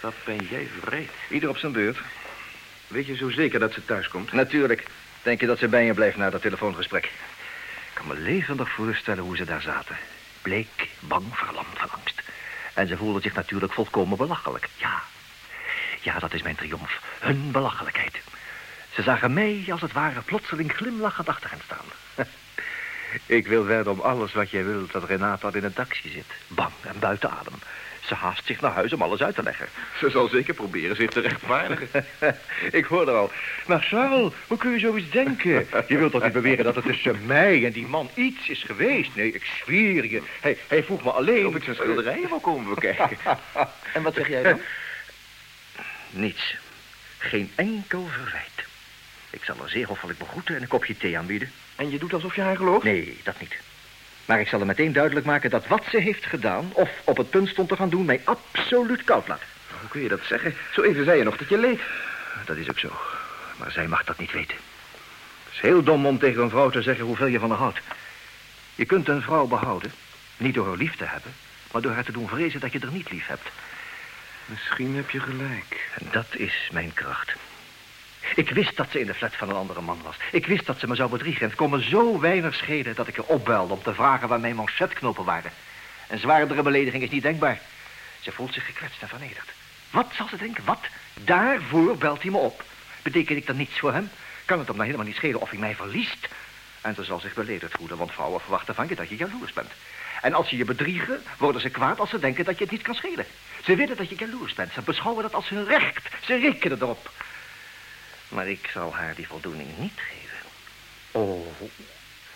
Speaker 16: Wat ben jij vreed.
Speaker 4: Ieder op zijn beurt.
Speaker 6: Weet je zo zeker dat ze thuis komt?
Speaker 4: Natuurlijk. Denk je dat ze bij je blijft na dat telefoongesprek? Ik kan me levendig voorstellen hoe ze daar zaten. Bleek, bang, verlamd van angst. En ze voelden zich natuurlijk volkomen belachelijk. Ja. Ja, dat is mijn triomf. Hun belachelijkheid. Ze zagen mij als het ware plotseling glimlachend achter hen staan. Ik wil wedden om alles wat jij wilt dat Renata in een taxi zit. Bang en buiten adem. Ze haast zich naar huis om alles uit te leggen.
Speaker 17: Ze zal zeker proberen zich te rechtvaardigen.
Speaker 4: Ik hoor er al. Maar Charles, hoe kun je zoiets denken? Je wilt toch niet beweren dat er tussen mij en die man iets is geweest? Nee, ik zweer je. Hij, hij vroeg me alleen...
Speaker 17: Of ik zijn schilderijen wil komen bekijken.
Speaker 16: En wat zeg jij dan?
Speaker 4: Niets. Geen enkel verwijt. Ik zal haar zeer hoffelijk begroeten en een kopje thee aanbieden.
Speaker 16: En je doet alsof je haar gelooft?
Speaker 4: Nee, dat niet. Maar ik zal er meteen duidelijk maken dat wat ze heeft gedaan... of op het punt stond te gaan doen, mij absoluut koud laat.
Speaker 16: Hoe kun je dat zeggen? Zo even zei je nog dat je leed.
Speaker 4: Dat is ook zo. Maar zij mag dat niet weten. Het is heel dom om tegen een vrouw te zeggen hoeveel je van haar houdt. Je kunt een vrouw behouden, niet door haar lief te hebben, maar door haar te doen vrezen dat je er niet lief hebt.
Speaker 6: Misschien heb je gelijk.
Speaker 4: En dat is mijn kracht. Ik wist dat ze in de flat van een andere man was. Ik wist dat ze me zou bedriegen. En het kon me zo weinig schelen dat ik er opbelde om te vragen waar mijn manchetknopen waren. Een zwaardere belediging is niet denkbaar. Ze voelt zich gekwetst en vernederd. Wat zal ze denken? Wat? Daarvoor belt hij me op. Betekent ik dan niets voor hem? Kan het hem dan helemaal niet schelen of hij mij verliest? En ze zal zich beledigd voelen, want vrouwen verwachten van je dat je jaloers bent. En als ze je bedriegen, worden ze kwaad als ze denken dat je het niet kan schelen. Ze willen dat je jaloers bent. Ze beschouwen dat als hun recht. Ze rekenen erop. Maar ik zal haar die voldoening niet geven. Oh,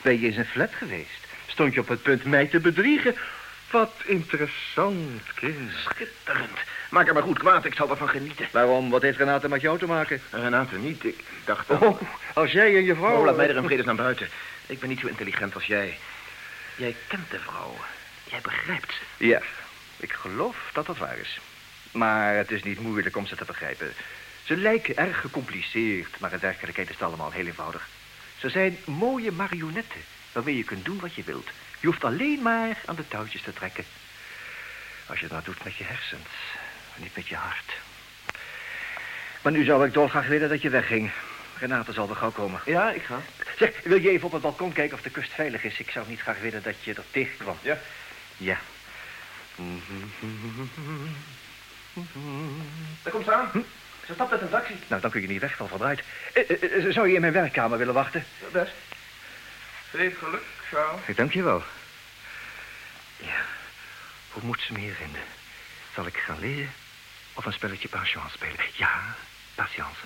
Speaker 4: ben je in zijn flat geweest? Stond je op het punt mij te bedriegen? Wat interessant, kind.
Speaker 16: Schitterend. Maak hem maar goed kwaad, ik zal ervan genieten.
Speaker 4: Waarom? Wat heeft Renate met jou te maken?
Speaker 16: Renate niet, ik dacht dat...
Speaker 4: Oh, als jij en je vrouw...
Speaker 16: Oh, laat mij er een vredes naar buiten. Ik ben niet zo intelligent als jij. Jij kent de vrouw. Jij begrijpt ze.
Speaker 4: Ja, ik geloof dat dat waar is. Maar het is niet moeilijk om ze te begrijpen. Ze lijken erg gecompliceerd, maar in werkelijkheid is het allemaal heel eenvoudig. Ze zijn mooie marionetten waarmee je kunt doen wat je wilt. Je hoeft alleen maar aan de touwtjes te trekken. Als je dat doet met je hersens, niet met je hart. Maar nu zou ik dolgraag willen dat je wegging. Renate zal er gauw komen.
Speaker 16: Ja, ik ga.
Speaker 4: Zeg, wil je even op het balkon kijken of de kust veilig is? Ik zou niet graag willen dat je er tegenkwam.
Speaker 16: Ja?
Speaker 4: Ja.
Speaker 16: Daar komt ze aan. Ze stapt uit een taxi.
Speaker 4: Nou, dan kun je niet wegvallen van vooruit. Eh, eh, eh, zou je in mijn werkkamer willen wachten?
Speaker 16: Best. Veel geluk, Charles.
Speaker 4: Ik dank je wel. Ja, hoe moet ze me hier vinden? Zal ik gaan lezen of een spelletje patience spelen? Ja, patience.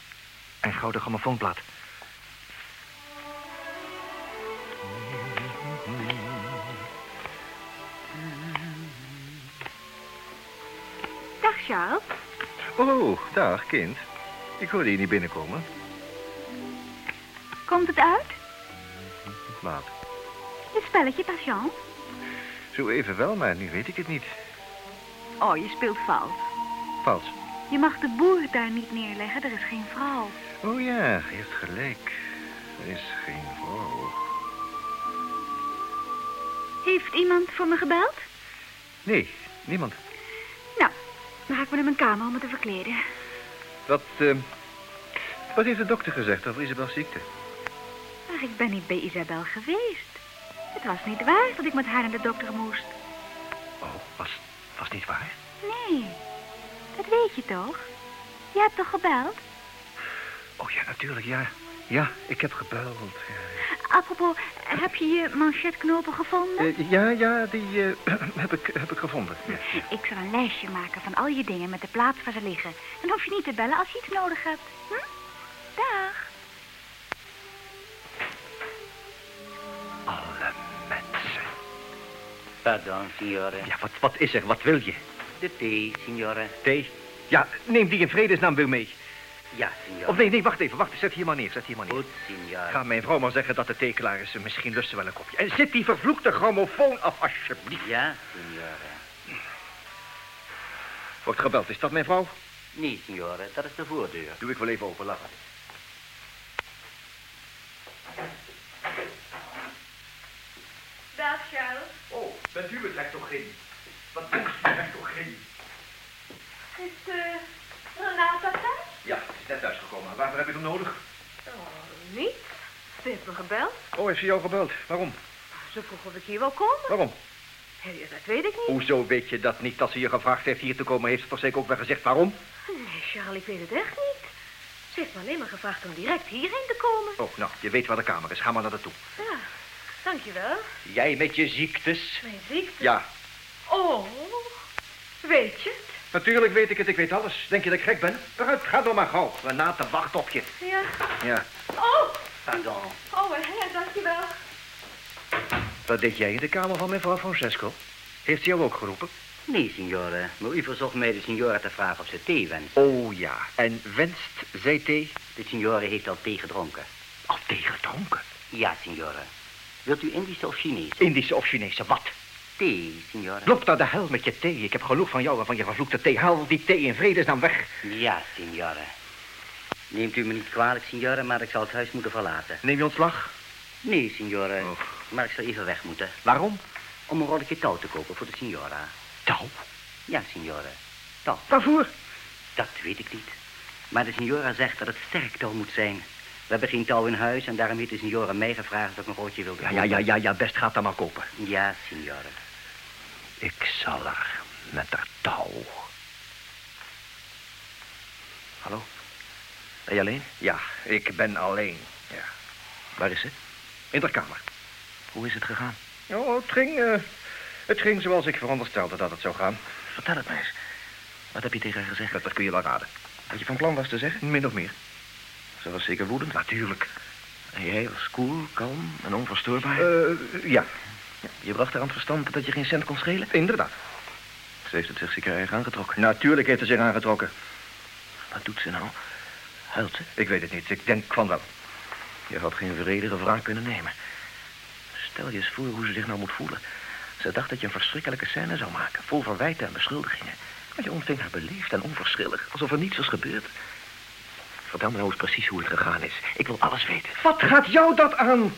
Speaker 4: En gouden grammofoonplaat.
Speaker 2: Dag, Charles.
Speaker 4: Oh, dag, kind. Ik hoorde je niet binnenkomen.
Speaker 2: Komt het uit?
Speaker 4: Laat.
Speaker 2: Het spelletje patience?
Speaker 4: Zo even wel, maar nu weet ik het niet.
Speaker 2: Oh, je speelt fout.
Speaker 4: Vals.
Speaker 2: Je mag de boer daar niet neerleggen, er is geen vrouw.
Speaker 4: Oh ja, je hebt gelijk. Er is geen vrouw.
Speaker 2: Heeft iemand voor me gebeld?
Speaker 4: Nee, niemand.
Speaker 2: Nou, dan ga ik maar naar mijn kamer om me te verkleden.
Speaker 4: Wat, ehm, wat heeft de dokter gezegd over Isabel's ziekte?
Speaker 2: Maar ik ben niet bij Isabel geweest. Het was niet waar dat ik met haar naar de dokter moest.
Speaker 4: Oh, was, was niet waar?
Speaker 2: Nee, dat weet je toch? Je hebt toch gebeld?
Speaker 4: Oh ja, natuurlijk, ja. Ja, ik heb gebeld. ja.
Speaker 2: Apropos, heb je je manchetknopen gevonden?
Speaker 4: Eh, ja, ja, die eh, heb, ik, heb ik gevonden. ja.
Speaker 2: Ik zal een lijstje maken van al je dingen met de plaats waar ze liggen. Dan hoef je niet te bellen als je iets nodig hebt. Hm? Dag.
Speaker 4: Alle mensen.
Speaker 13: Pardon, signore.
Speaker 4: Ja, wat, wat is er? Wat wil je?
Speaker 13: De thee, signore.
Speaker 4: Thee? Ja, neem die in vredesnaam weer mee.
Speaker 13: Ja, signore.
Speaker 4: Of nee, nee, wacht even, wacht. Zet hier maar neer, zet hier maar neer.
Speaker 13: Goed, signore.
Speaker 4: Ga mijn vrouw maar zeggen dat de thee klaar is. Misschien lust ze wel een kopje. En zet die vervloekte grammofoon af, alsjeblieft.
Speaker 13: Ja, signore.
Speaker 4: Wordt gebeld, is dat mijn vrouw?
Speaker 13: Nee, signore, dat is de voordeur.
Speaker 4: Doe ik wel even open, laat maar.
Speaker 3: Dag, Charles.
Speaker 14: Oh, bent u het rectogeen? Wat doet u rectogeen?
Speaker 3: Is eh Renata thuis?
Speaker 14: Ja, ze is net thuisgekomen. Waarvoor heb je hem nodig?
Speaker 3: Oh, niet. Ze heeft me gebeld.
Speaker 4: Oh, heeft ze jou gebeld? Waarom?
Speaker 3: Ze vroeg of ik hier wil komen.
Speaker 4: Waarom?
Speaker 3: Hé, dat weet ik niet.
Speaker 4: Hoezo weet je dat niet? Als ze je gevraagd heeft hier te komen, heeft ze toch zeker ook wel gezegd waarom?
Speaker 3: Nee, Charles, ik weet het echt niet. Ze heeft me alleen maar gevraagd om direct hierheen te komen.
Speaker 4: Oh, nou, je weet waar de kamer is. Ga maar naar haar toe.
Speaker 3: Ja, dankjewel.
Speaker 4: Jij met je ziektes?
Speaker 3: Mijn ziekte.
Speaker 4: Ja,
Speaker 3: Oh, weet je het?
Speaker 4: natuurlijk weet ik het. Ik weet alles. Denk je dat ik gek ben? Vooruit, ga door maar gauw. Renate, wacht op je.
Speaker 3: Ja.
Speaker 4: Ja.
Speaker 3: Oh,
Speaker 4: Pardon.
Speaker 3: oh,
Speaker 15: eh,
Speaker 3: hè, dankjewel.
Speaker 4: Wat deed jij in de kamer van mevrouw Francesco? Heeft ze jou ook geroepen?
Speaker 13: Nee, signore. Maar u verzocht mij de signore te vragen of ze thee wenst.
Speaker 4: Oh ja. En wenst zij thee?
Speaker 13: De signore heeft al thee gedronken.
Speaker 4: Al tegengetonken.
Speaker 13: Ja, signore. Wilt u Indische of Chinese?
Speaker 4: Indische of Chinese, wat?
Speaker 13: Thee, signore.
Speaker 4: Loop naar de hel met je thee. Ik heb genoeg van jou en van je vervloekte thee. Haal die thee in vredesnaam weg.
Speaker 13: Ja, signore. Neemt u me niet kwalijk, signore, maar ik zal het huis moeten verlaten.
Speaker 4: Neem je ontslag?
Speaker 13: Nee, signore.
Speaker 4: Oh.
Speaker 13: Maar ik zal even weg moeten.
Speaker 4: Waarom?
Speaker 13: Om een rolletje touw te kopen voor de signora.
Speaker 4: Touw.
Speaker 13: Ja, signore. Touw.
Speaker 4: Waarvoor?
Speaker 13: Dat weet ik niet. Maar de signora zegt dat het sterk touw moet zijn. We hebben geen touw in huis en daarom heeft de signora mij gevraagd of ik een roodje wilde
Speaker 4: Ja, ja, ja, ja, ja, best gaat dat maar kopen.
Speaker 13: kopen. Ja, signore.
Speaker 4: Ik zal er met haar touw. Hallo? Ben je alleen? Ja, ik ben alleen. Ja. Waar is ze? In haar kamer.
Speaker 13: Hoe is het gegaan?
Speaker 4: Oh, het ging, eh, het ging zoals ik veronderstelde dat het zou gaan.
Speaker 13: Vertel het mij eens. Wat heb je tegen haar gezegd?
Speaker 4: Dat, dat kun je wel raden.
Speaker 13: Wat je van plan was te zeggen?
Speaker 4: Min of meer.
Speaker 13: Ze was zeker woedend.
Speaker 4: Natuurlijk.
Speaker 13: En jij was koel, kalm en onverstoorbaar.
Speaker 4: Eh, ja,
Speaker 13: Je bracht haar aan het verstand dat je geen cent kon schelen?
Speaker 4: inderdaad.
Speaker 16: Ze heeft het zich zeker erg aangetrokken.
Speaker 4: Natuurlijk heeft ze zich aangetrokken.
Speaker 16: Wat doet ze nou? Huilt ze?
Speaker 4: Ik weet het niet. Ik denk van wel.
Speaker 16: Je had geen vredige wraak kunnen nemen. Stel je eens voor hoe ze zich nou moet voelen. Ze dacht dat je een verschrikkelijke scène zou maken, vol verwijten en beschuldigingen. Maar je ontving haar beleefd en onverschillig, alsof er niets was gebeurd. Vertel me nou eens precies hoe het gegaan is. Ik wil alles weten.
Speaker 4: Wat gaat jou dat aan?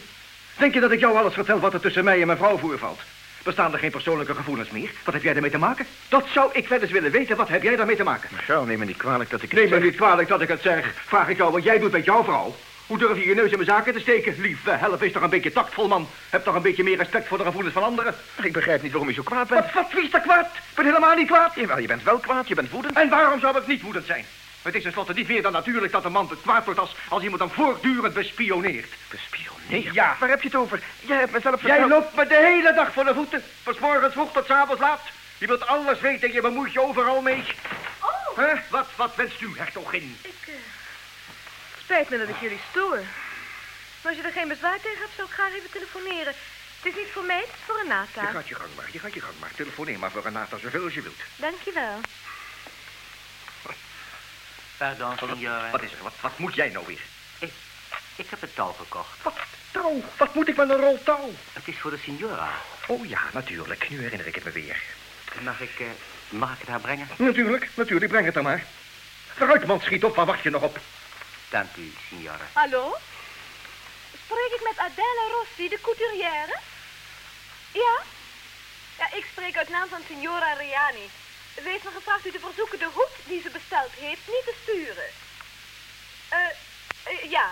Speaker 4: Denk je dat ik jou alles vertel wat er tussen mij en mijn vrouw voorvalt? Bestaan er geen persoonlijke gevoelens meer? Wat heb jij daarmee te maken? Dat zou ik wel eens willen weten. Wat heb jij daarmee te maken?
Speaker 16: Charles, neem me niet kwalijk dat ik
Speaker 4: Neem me niet kwalijk dat ik het zeg. Vraag ik jou wat jij doet met jouw vrouw. Hoe durf je je neus in mijn zaken te steken? Lieve help, is toch een beetje tactvol, man. Heb toch een beetje meer respect voor de gevoelens van anderen.
Speaker 16: Ik begrijp niet waarom je zo kwaad bent.
Speaker 4: Wat, wat, wie is er kwaad? Ik ben helemaal niet kwaad.
Speaker 16: Jawel, je bent wel kwaad, je bent woedend.
Speaker 4: En waarom zou ik niet woedend zijn? Het is tenslotte niet meer dan natuurlijk dat een man te kwaad wordt als, als iemand hem voortdurend bespioneert.
Speaker 16: Bespioneert?
Speaker 4: Ja.
Speaker 16: Waar heb je het over? Jij hebt mezelf
Speaker 4: Jij loopt me de hele dag voor de voeten. Van 's morgens vroeg tot 's avonds laat. Je wilt alles weten, je bemoeit je overal mee.
Speaker 3: Oh,
Speaker 4: Hè? Wat, wat wenst u, hertogin?
Speaker 3: ik... eh, spijt me dat ik jullie stoor. Maar als je er geen bezwaar tegen hebt, zou ik graag even telefoneren. Het is niet voor mij, het is voor
Speaker 4: Je
Speaker 3: Renata.
Speaker 4: gaat je gang maar, je gaat je gang maar. Telefoneer maar voor Renata zoveel als je wilt.
Speaker 3: Dankjewel.
Speaker 13: Pardon, signore.
Speaker 4: Wat is er? Wat, wat moet jij nou weer?
Speaker 13: Ik heb het touw gekocht.
Speaker 4: Wat touw? Wat moet ik met een rol touw?
Speaker 13: Het is voor de signora.
Speaker 4: Oh ja, natuurlijk. Nu herinner ik het me weer.
Speaker 13: Mag ik, eh, mag ik het haar brengen?
Speaker 4: Natuurlijk, natuurlijk. Breng het dan maar. Vooruit, man. Schiet op. Waar wacht je nog op?
Speaker 13: Dank u, signora.
Speaker 20: Hallo? Spreek ik met Adela Rossi, de couturière? Ja? Ja, ik spreek uit naam van signora Riani. Ze heeft me gevraagd u te verzoeken de hoed die ze besteld heeft niet te sturen. Eh, eh, ja.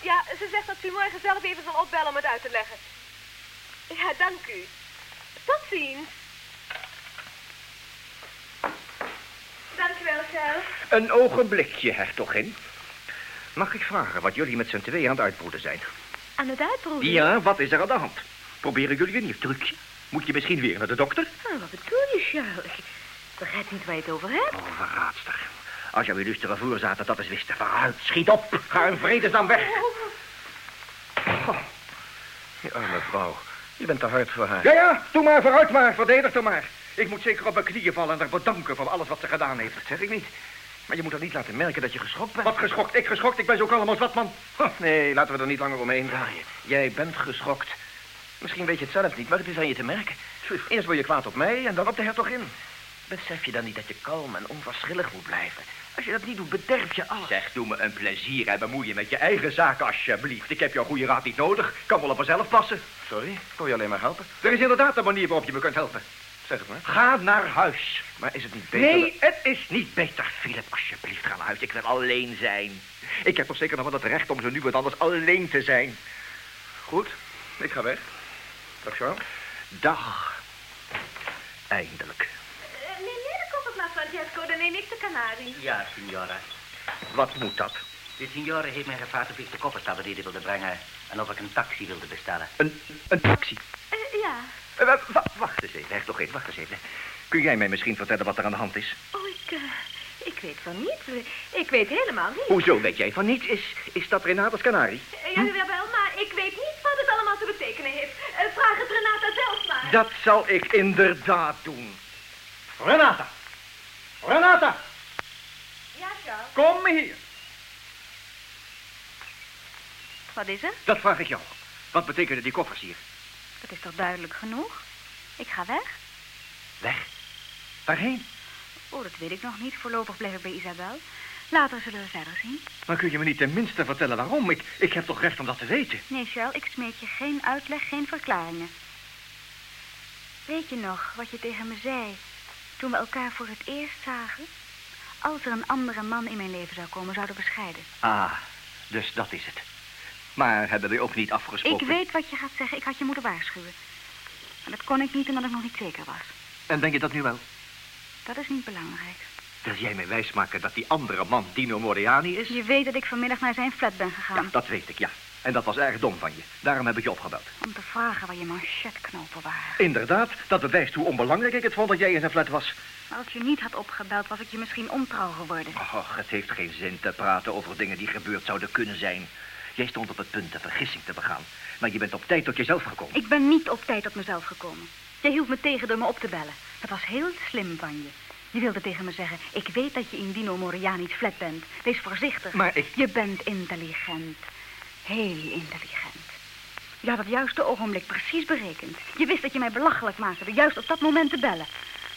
Speaker 20: Ja, ze zegt dat u morgen zelf even zal opbellen om het uit te leggen. Ja, dank u. Tot ziens. Dankjewel, Charles.
Speaker 4: Een ogenblikje, hertogin. Mag ik vragen wat jullie met z'n tweeën aan het uitbroeden zijn?
Speaker 20: Aan het uitproeven?
Speaker 4: Ja, wat is er aan de hand? Proberen jullie een nieuw trucje? Moet je misschien weer naar de dokter?
Speaker 20: Ah, wat bedoel je, Charles? Ik begrijp niet waar je het over hebt.
Speaker 4: Oh, verraadster. Als jij weer lustere voor zaten, dat is wisten. Vooruit, schiet op. Ga in vredesnaam weg.
Speaker 16: Je Oh. arme vrouw. Je bent te hard voor haar.
Speaker 4: Ja, ja, doe maar, vooruit maar. Verdedig haar maar. Ik moet zeker op mijn knieën vallen en haar bedanken voor alles wat ze gedaan heeft.
Speaker 16: Zeg ik niet. Maar je moet haar niet laten merken dat je geschokt bent.
Speaker 4: Wat geschokt, ik geschokt, ik ben zo kalm als wat, man. Huh.
Speaker 16: Nee, laten we er niet langer omheen draaien. Jij bent geschokt. Misschien weet je het zelf niet, maar het is aan je te merken. Eerst word je kwaad op mij en dan op de hertogin. Besef je dan niet dat je kalm en onverschillig moet blijven? Als je dat niet doet, bederf je alles.
Speaker 4: Zeg, doe me een plezier en bemoei je met je eigen zaken, alsjeblieft. Ik heb jouw goede raad niet nodig. Kan wel op mezelf passen.
Speaker 16: Sorry, kon je alleen maar helpen?
Speaker 4: Er is inderdaad een manier waarop je me kunt helpen.
Speaker 16: Zeg het maar.
Speaker 4: Ga naar huis.
Speaker 16: Maar is het niet beter...
Speaker 4: Nee, het is niet beter, Philip. Alsjeblieft, ga naar huis. Ik wil alleen zijn. Ik heb toch zeker nog wel het recht om zo nu wat anders alleen te zijn.
Speaker 16: Goed, ik ga weg. Dag, Charles.
Speaker 4: Dag. Eindelijk.
Speaker 20: Eh, meneer de koppelplaat, Francesco, dan neem ik de Canarie.
Speaker 13: Ja, signora.
Speaker 4: Wat moet dat?
Speaker 13: De signore heeft mij gevraagd of ik de kofferstappen die wilde brengen. En of ik een taxi wilde bestellen.
Speaker 4: Een, een taxi.
Speaker 20: Eh, ja.
Speaker 4: Eh, wa- wa- wacht eens even, toch even, wacht eens even. Kun jij mij misschien vertellen wat er aan de hand is?
Speaker 20: Oh, ik, eh, ik weet van niet. Ik weet helemaal niet.
Speaker 4: Hoezo weet jij van niets? Is, is dat Renata's Canarie?
Speaker 20: Eh, Ja, jawel, maar ik weet niet wat het allemaal te betekenen heeft. Eh, vraag het Renata zelf maar.
Speaker 4: Dat zal ik inderdaad doen. Renata! Renata!
Speaker 20: Ja, Charles.
Speaker 4: Kom hier!
Speaker 2: Wat is er?
Speaker 4: Dat vraag ik jou. Wat betekenen die koffers hier?
Speaker 2: Dat is toch duidelijk genoeg? Ik ga weg.
Speaker 4: Weg. Waarheen?
Speaker 2: Oh, dat weet ik nog niet. Voorlopig blijf ik bij Isabel. Later zullen we verder zien.
Speaker 4: Maar kun je me niet tenminste vertellen waarom? Ik, ik heb toch recht om dat te weten?
Speaker 2: Nee, Charles, ik smeek je geen uitleg, geen verklaringen. Weet je nog wat je tegen me zei toen we elkaar voor het eerst zagen? Als er een andere man in mijn leven zou komen, zouden we scheiden.
Speaker 4: Ah, dus dat is het. Maar hebben we ook niet afgesproken?
Speaker 2: Ik weet wat je gaat zeggen. Ik had je moeten waarschuwen. Maar dat kon ik niet omdat ik nog niet zeker was.
Speaker 4: En denk je dat nu wel?
Speaker 2: Dat is niet belangrijk.
Speaker 4: Wil jij mij wijsmaken dat die andere man Dino Moriani is?
Speaker 2: Je weet dat ik vanmiddag naar zijn flat ben gegaan.
Speaker 4: Dat weet ik, ja. En dat was erg dom van je. Daarom heb ik je opgebeld.
Speaker 2: Om te vragen waar je manchetknopen waren.
Speaker 4: Inderdaad, dat bewijst hoe onbelangrijk ik het vond dat jij in zijn flat was.
Speaker 2: Maar als je niet had opgebeld, was ik je misschien ontrouw geworden.
Speaker 4: Och, het heeft geen zin te praten over dingen die gebeurd zouden kunnen zijn. Jij stond op het punt een vergissing te begaan. Maar je bent op tijd tot jezelf gekomen.
Speaker 2: Ik ben niet op tijd op mezelf gekomen. Jij hield me tegen door me op te bellen. Dat was heel slim van je. Je wilde tegen me zeggen, ik weet dat je in Dino Moriani's flat bent. Wees voorzichtig.
Speaker 4: Maar ik-
Speaker 2: Je bent intelligent. Heel intelligent. Je had het juiste ogenblik precies berekend. Je wist dat je mij belachelijk maakte door juist op dat moment te bellen.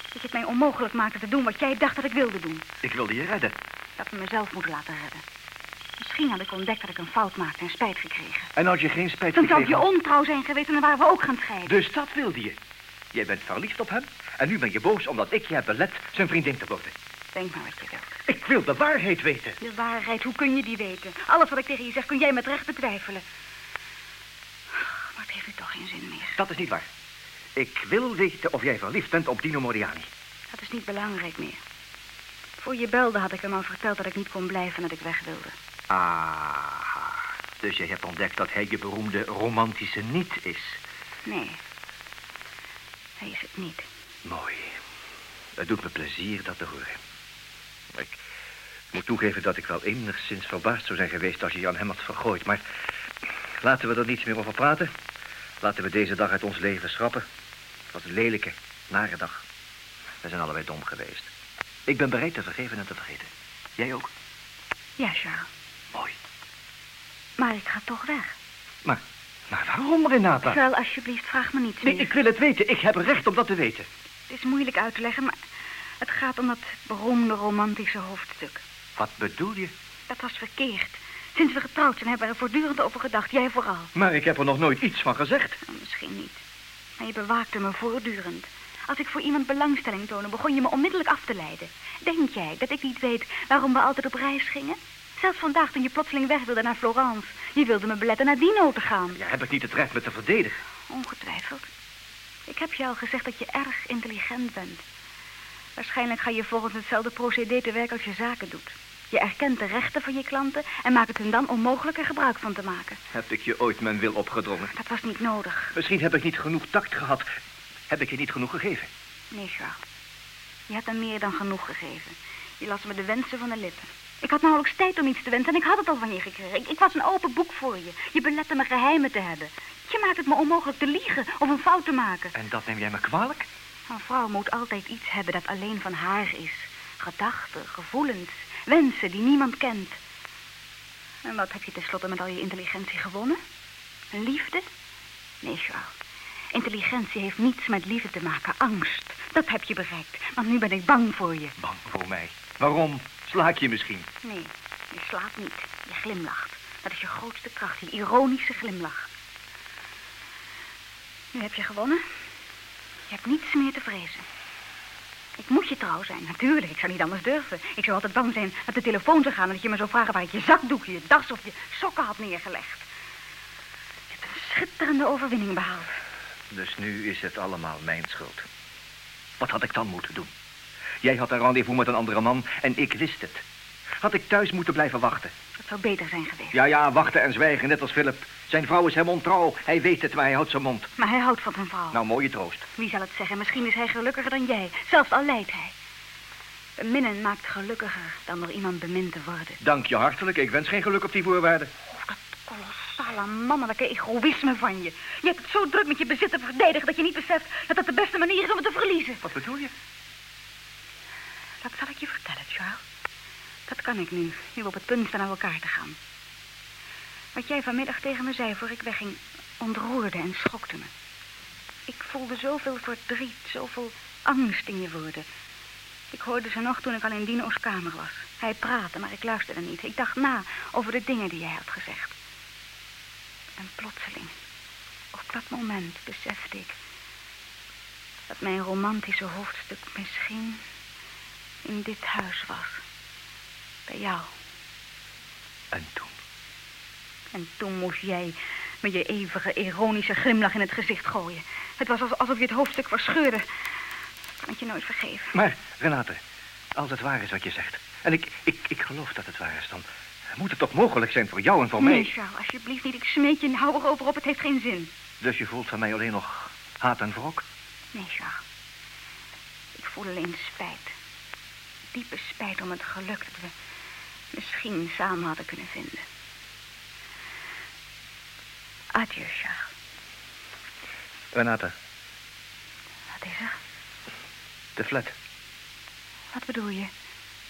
Speaker 2: Dat je het mij onmogelijk maakte te doen wat jij dacht dat ik wilde doen.
Speaker 4: Ik wilde je redden.
Speaker 2: Dat ik mezelf moet laten redden. Misschien had ik ontdekt dat ik een fout maakte en spijt gekregen.
Speaker 4: En als je geen spijt
Speaker 2: Dan zou ik
Speaker 4: gekregen
Speaker 2: je
Speaker 4: had-
Speaker 2: ontrouw zijn geweest en dan waren we ook gaan scheiden.
Speaker 4: Dus dat wilde je. Jij bent verliefd op hem en nu ben je boos omdat ik je heb belet zijn vriendin te worden.
Speaker 2: Denk maar wat je wilt.
Speaker 4: Ik wil de waarheid weten.
Speaker 2: De waarheid, hoe kun je die weten? Alles wat ik tegen je zeg, kun jij met recht betwijfelen. Maar het heeft nu toch geen zin meer.
Speaker 4: Dat is niet waar. Ik wil weten of jij verliefd bent op Dino Moriani.
Speaker 2: Dat is niet belangrijk meer. Voor je belde had ik hem al verteld dat ik niet kon blijven en dat ik weg wilde.
Speaker 4: Ah, dus jij hebt ontdekt dat hij je beroemde romantische niet is.
Speaker 2: Nee. Hij is het niet.
Speaker 4: Mooi. Het doet me plezier dat te horen. Ik moet toegeven dat ik wel enigszins verbaasd zou zijn geweest als je je aan hem had vergooid. Maar laten we er niets meer over praten. Laten we deze dag uit ons leven schrappen. Het was een lelijke, nare dag. We zijn allebei dom geweest. Ik ben bereid te vergeven en te vergeten. Jij ook?
Speaker 2: Ja, Charles.
Speaker 4: Mooi.
Speaker 2: Maar ik ga toch weg.
Speaker 4: Maar waarom, Renata?
Speaker 2: Charles, alsjeblieft, vraag me niets
Speaker 4: Nee,
Speaker 2: meer.
Speaker 4: ik wil het weten. Ik heb recht om dat te weten.
Speaker 2: Het is moeilijk uit te leggen, maar het gaat om dat beroemde romantische hoofdstuk.
Speaker 4: Wat bedoel je?
Speaker 2: Dat was verkeerd. Sinds we getrouwd zijn hebben we er voortdurend over gedacht. Jij vooral.
Speaker 4: Maar ik heb er nog nooit iets van gezegd.
Speaker 2: Nou, misschien niet. Maar je bewaakte me voortdurend. Als ik voor iemand belangstelling toonde, begon je me onmiddellijk af te leiden. Denk jij dat ik niet weet waarom we altijd op reis gingen? Zelfs vandaag toen je plotseling weg wilde naar Florence. Je wilde me beletten naar Dino te gaan.
Speaker 4: Ja, heb ik niet het recht me te verdedigen.
Speaker 2: Ongetwijfeld. Ik heb je al gezegd dat je erg intelligent bent. Waarschijnlijk ga je volgens hetzelfde procedé te werk als je zaken doet. Je erkent de rechten van je klanten en maakt het hen dan onmogelijk er gebruik van te maken.
Speaker 4: Heb ik je ooit mijn wil opgedrongen?
Speaker 2: Dat was niet nodig.
Speaker 4: Misschien heb ik niet genoeg tact gehad. Heb ik je niet genoeg gegeven?
Speaker 2: Nee, Charles. Je hebt hem meer dan genoeg gegeven. Je las me de wensen van de lippen. Ik had nauwelijks tijd om iets te wensen en ik had het al van je gekregen. Ik, ik was een open boek voor je. Je belette me geheimen te hebben. Je maakt het me onmogelijk te liegen of een fout te maken.
Speaker 4: En dat neem jij me kwalijk?
Speaker 2: Een vrouw moet altijd iets hebben dat alleen van haar is. Gedachten, gevoelens, wensen die niemand kent. En wat heb je tenslotte met al je intelligentie gewonnen? Een Liefde? Nee, Charles. Intelligentie heeft niets met liefde te maken. Angst. Dat heb je bereikt. Want nu ben ik bang voor je.
Speaker 4: Bang voor mij. Waarom? Sla ik je misschien?
Speaker 2: Nee, je slaapt niet. Je glimlacht. Dat is je grootste kracht, die ironische glimlach. Nu heb je gewonnen. Je hebt niets meer te vrezen. Ik moet je trouw zijn, natuurlijk. Ik zou niet anders durven. Ik zou altijd bang zijn dat de telefoon zou gaan... en dat je me zou vragen waar ik je zakdoekje, je das of je sokken had neergelegd. Je hebt een schitterende overwinning behaald.
Speaker 4: Dus nu is het allemaal mijn schuld. Wat had ik dan moeten doen? Jij had een rendezvous met een andere man en ik wist het. Had ik thuis moeten blijven wachten?
Speaker 2: Dat zou beter zijn geweest.
Speaker 4: Ja, ja, wachten en zwijgen, net als Philip. Zijn vrouw is hem ontrouw. Hij weet het, maar hij houdt zijn mond.
Speaker 2: Maar hij houdt van zijn vrouw.
Speaker 4: Nou, mooie troost.
Speaker 2: Wie zal het zeggen? Misschien is hij gelukkiger dan jij. Zelfs al lijdt hij. Beminnen maakt gelukkiger dan door iemand bemind te worden.
Speaker 4: Dank je hartelijk. Ik wens geen geluk op die voorwaarden.
Speaker 2: Kolossale mannelijke egoïsme van je. Je hebt het zo druk met je bezit te verdedigen dat je niet beseft dat dat de beste manier is om het te verliezen.
Speaker 4: Wat bedoel je?
Speaker 2: Dat zal ik je vertellen, Charles. Dat kan ik nu, nu we op het punt staan naar elkaar te gaan. Wat jij vanmiddag tegen me zei voor ik wegging, ontroerde en schokte me. Ik voelde zoveel verdriet, zoveel angst in je woorden. Ik hoorde ze nog toen ik al in Dino's kamer was. Hij praatte, maar ik luisterde niet. Ik dacht na over de dingen die jij had gezegd. En plotseling, op dat moment, besefte ik... dat mijn romantische hoofdstuk misschien in dit huis was. Bij jou.
Speaker 4: En
Speaker 2: toen? En toen moest jij met je eeuwige, ironische glimlach in het gezicht gooien. Het was als- alsof je het hoofdstuk verscheurde. Dat kan ik je nooit vergeven.
Speaker 4: Maar, Renate, als het waar is wat je zegt... en ik, ik, ik geloof dat het waar is, dan moet het toch mogelijk zijn voor jou en voor
Speaker 2: nee,
Speaker 4: mij.
Speaker 2: Charles, alsjeblieft niet. Ik smeek je, hou erover op. Het heeft geen zin.
Speaker 4: Dus je voelt van mij alleen nog haat en wrok?
Speaker 2: Nee, Charles. Ik voel alleen spijt. Diepe spijt om het geluk dat we misschien samen hadden kunnen vinden. Adieu, Charles.
Speaker 4: Renata,
Speaker 2: Wat is er?
Speaker 4: de flat.
Speaker 2: Wat bedoel je?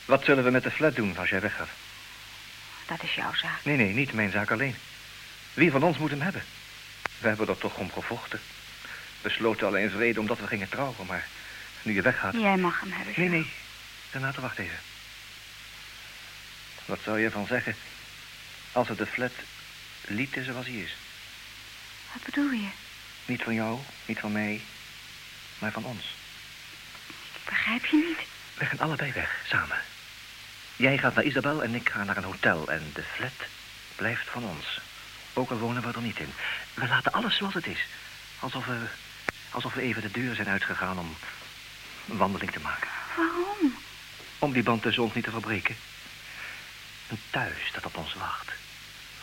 Speaker 4: Wat zullen we met de flat doen als jij weggaat?
Speaker 2: Dat is jouw zaak.
Speaker 4: Nee, nee, niet mijn zaak alleen. Wie van ons moet hem hebben? We hebben er toch om gevochten. We sloten alleen vrede omdat we gingen trouwen, maar nu je weggaat...
Speaker 2: Jij mag hem hebben.
Speaker 4: Nee, nee. Renate, wacht even. Wat zou je ervan zeggen als we de flat lieten zoals hij is?
Speaker 2: Wat bedoel je?
Speaker 4: Niet van jou, niet van mij, maar van ons.
Speaker 2: Begrijp je niet?
Speaker 4: We gaan allebei weg, samen. Jij gaat naar Isabel en ik ga naar een hotel. En de flat blijft van ons. Ook al wonen we er niet in. We laten alles zoals het is. Alsof we, alsof we even de deur zijn uitgegaan om een wandeling te maken.
Speaker 2: Waarom?
Speaker 4: Om die band tussen ons niet te verbreken. Een thuis dat op ons wacht.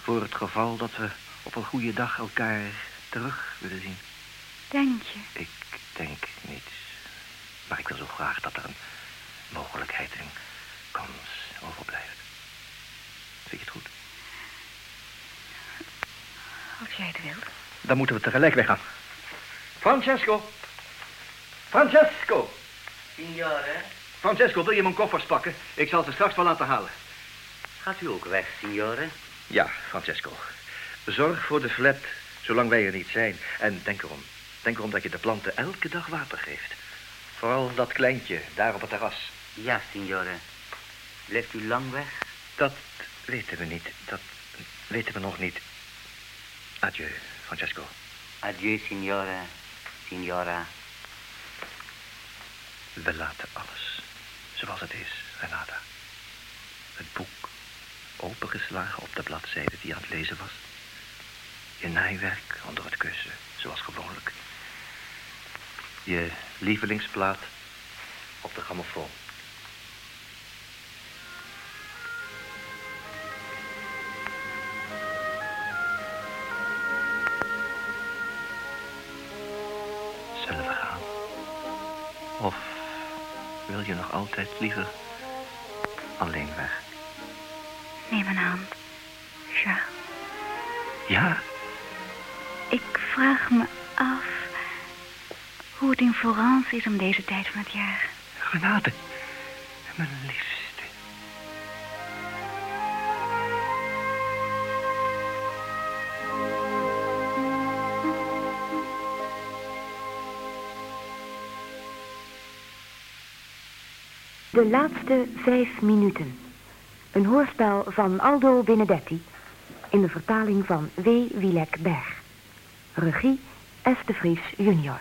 Speaker 4: Voor het geval dat we op een goede dag elkaar terug willen zien.
Speaker 2: Denk je?
Speaker 4: Ik denk niets. Maar ik wil zo graag dat er een mogelijkheid, een kans overblijft. Vind je het goed?
Speaker 2: Als jij het wilt.
Speaker 4: Dan moeten we tegelijk weggaan. Francesco! Francesco!
Speaker 13: Signore,
Speaker 4: Francesco, wil je mijn koffers pakken? Ik zal ze straks wel laten halen.
Speaker 13: gaat u ook weg, signore?
Speaker 4: Ja, Francesco. Zorg voor de flat, zolang wij er niet zijn. En denk erom. Denk erom dat je de planten elke dag water geeft. Vooral dat kleintje, daar op het terras.
Speaker 13: Ja, signore. Blijft u lang weg?
Speaker 4: Dat weten we niet. Dat weten we nog niet. Adieu, Francesco.
Speaker 13: Adieu, signore. Signora.
Speaker 4: We laten alles zoals het is, Renata. Het boek, opengeslagen op de bladzijde die je aan het lezen was. Je naaiwerk onder het kussen, zoals gewoonlijk. Je lievelingsplaat op de grammofoon. Zullen we gaan? Of wil je nog altijd liever alleen weg?
Speaker 2: Neem een hand. Charles.
Speaker 4: Ja,
Speaker 2: Ik vraag me af hoe het in Florence is om deze tijd van het jaar.
Speaker 4: Renate, mijn liefste.
Speaker 1: De laatste vijf minuten. Een hoorspel van Aldo Benedetti in de vertaling van W. Wielek Berg. Regie F. de Vries junior.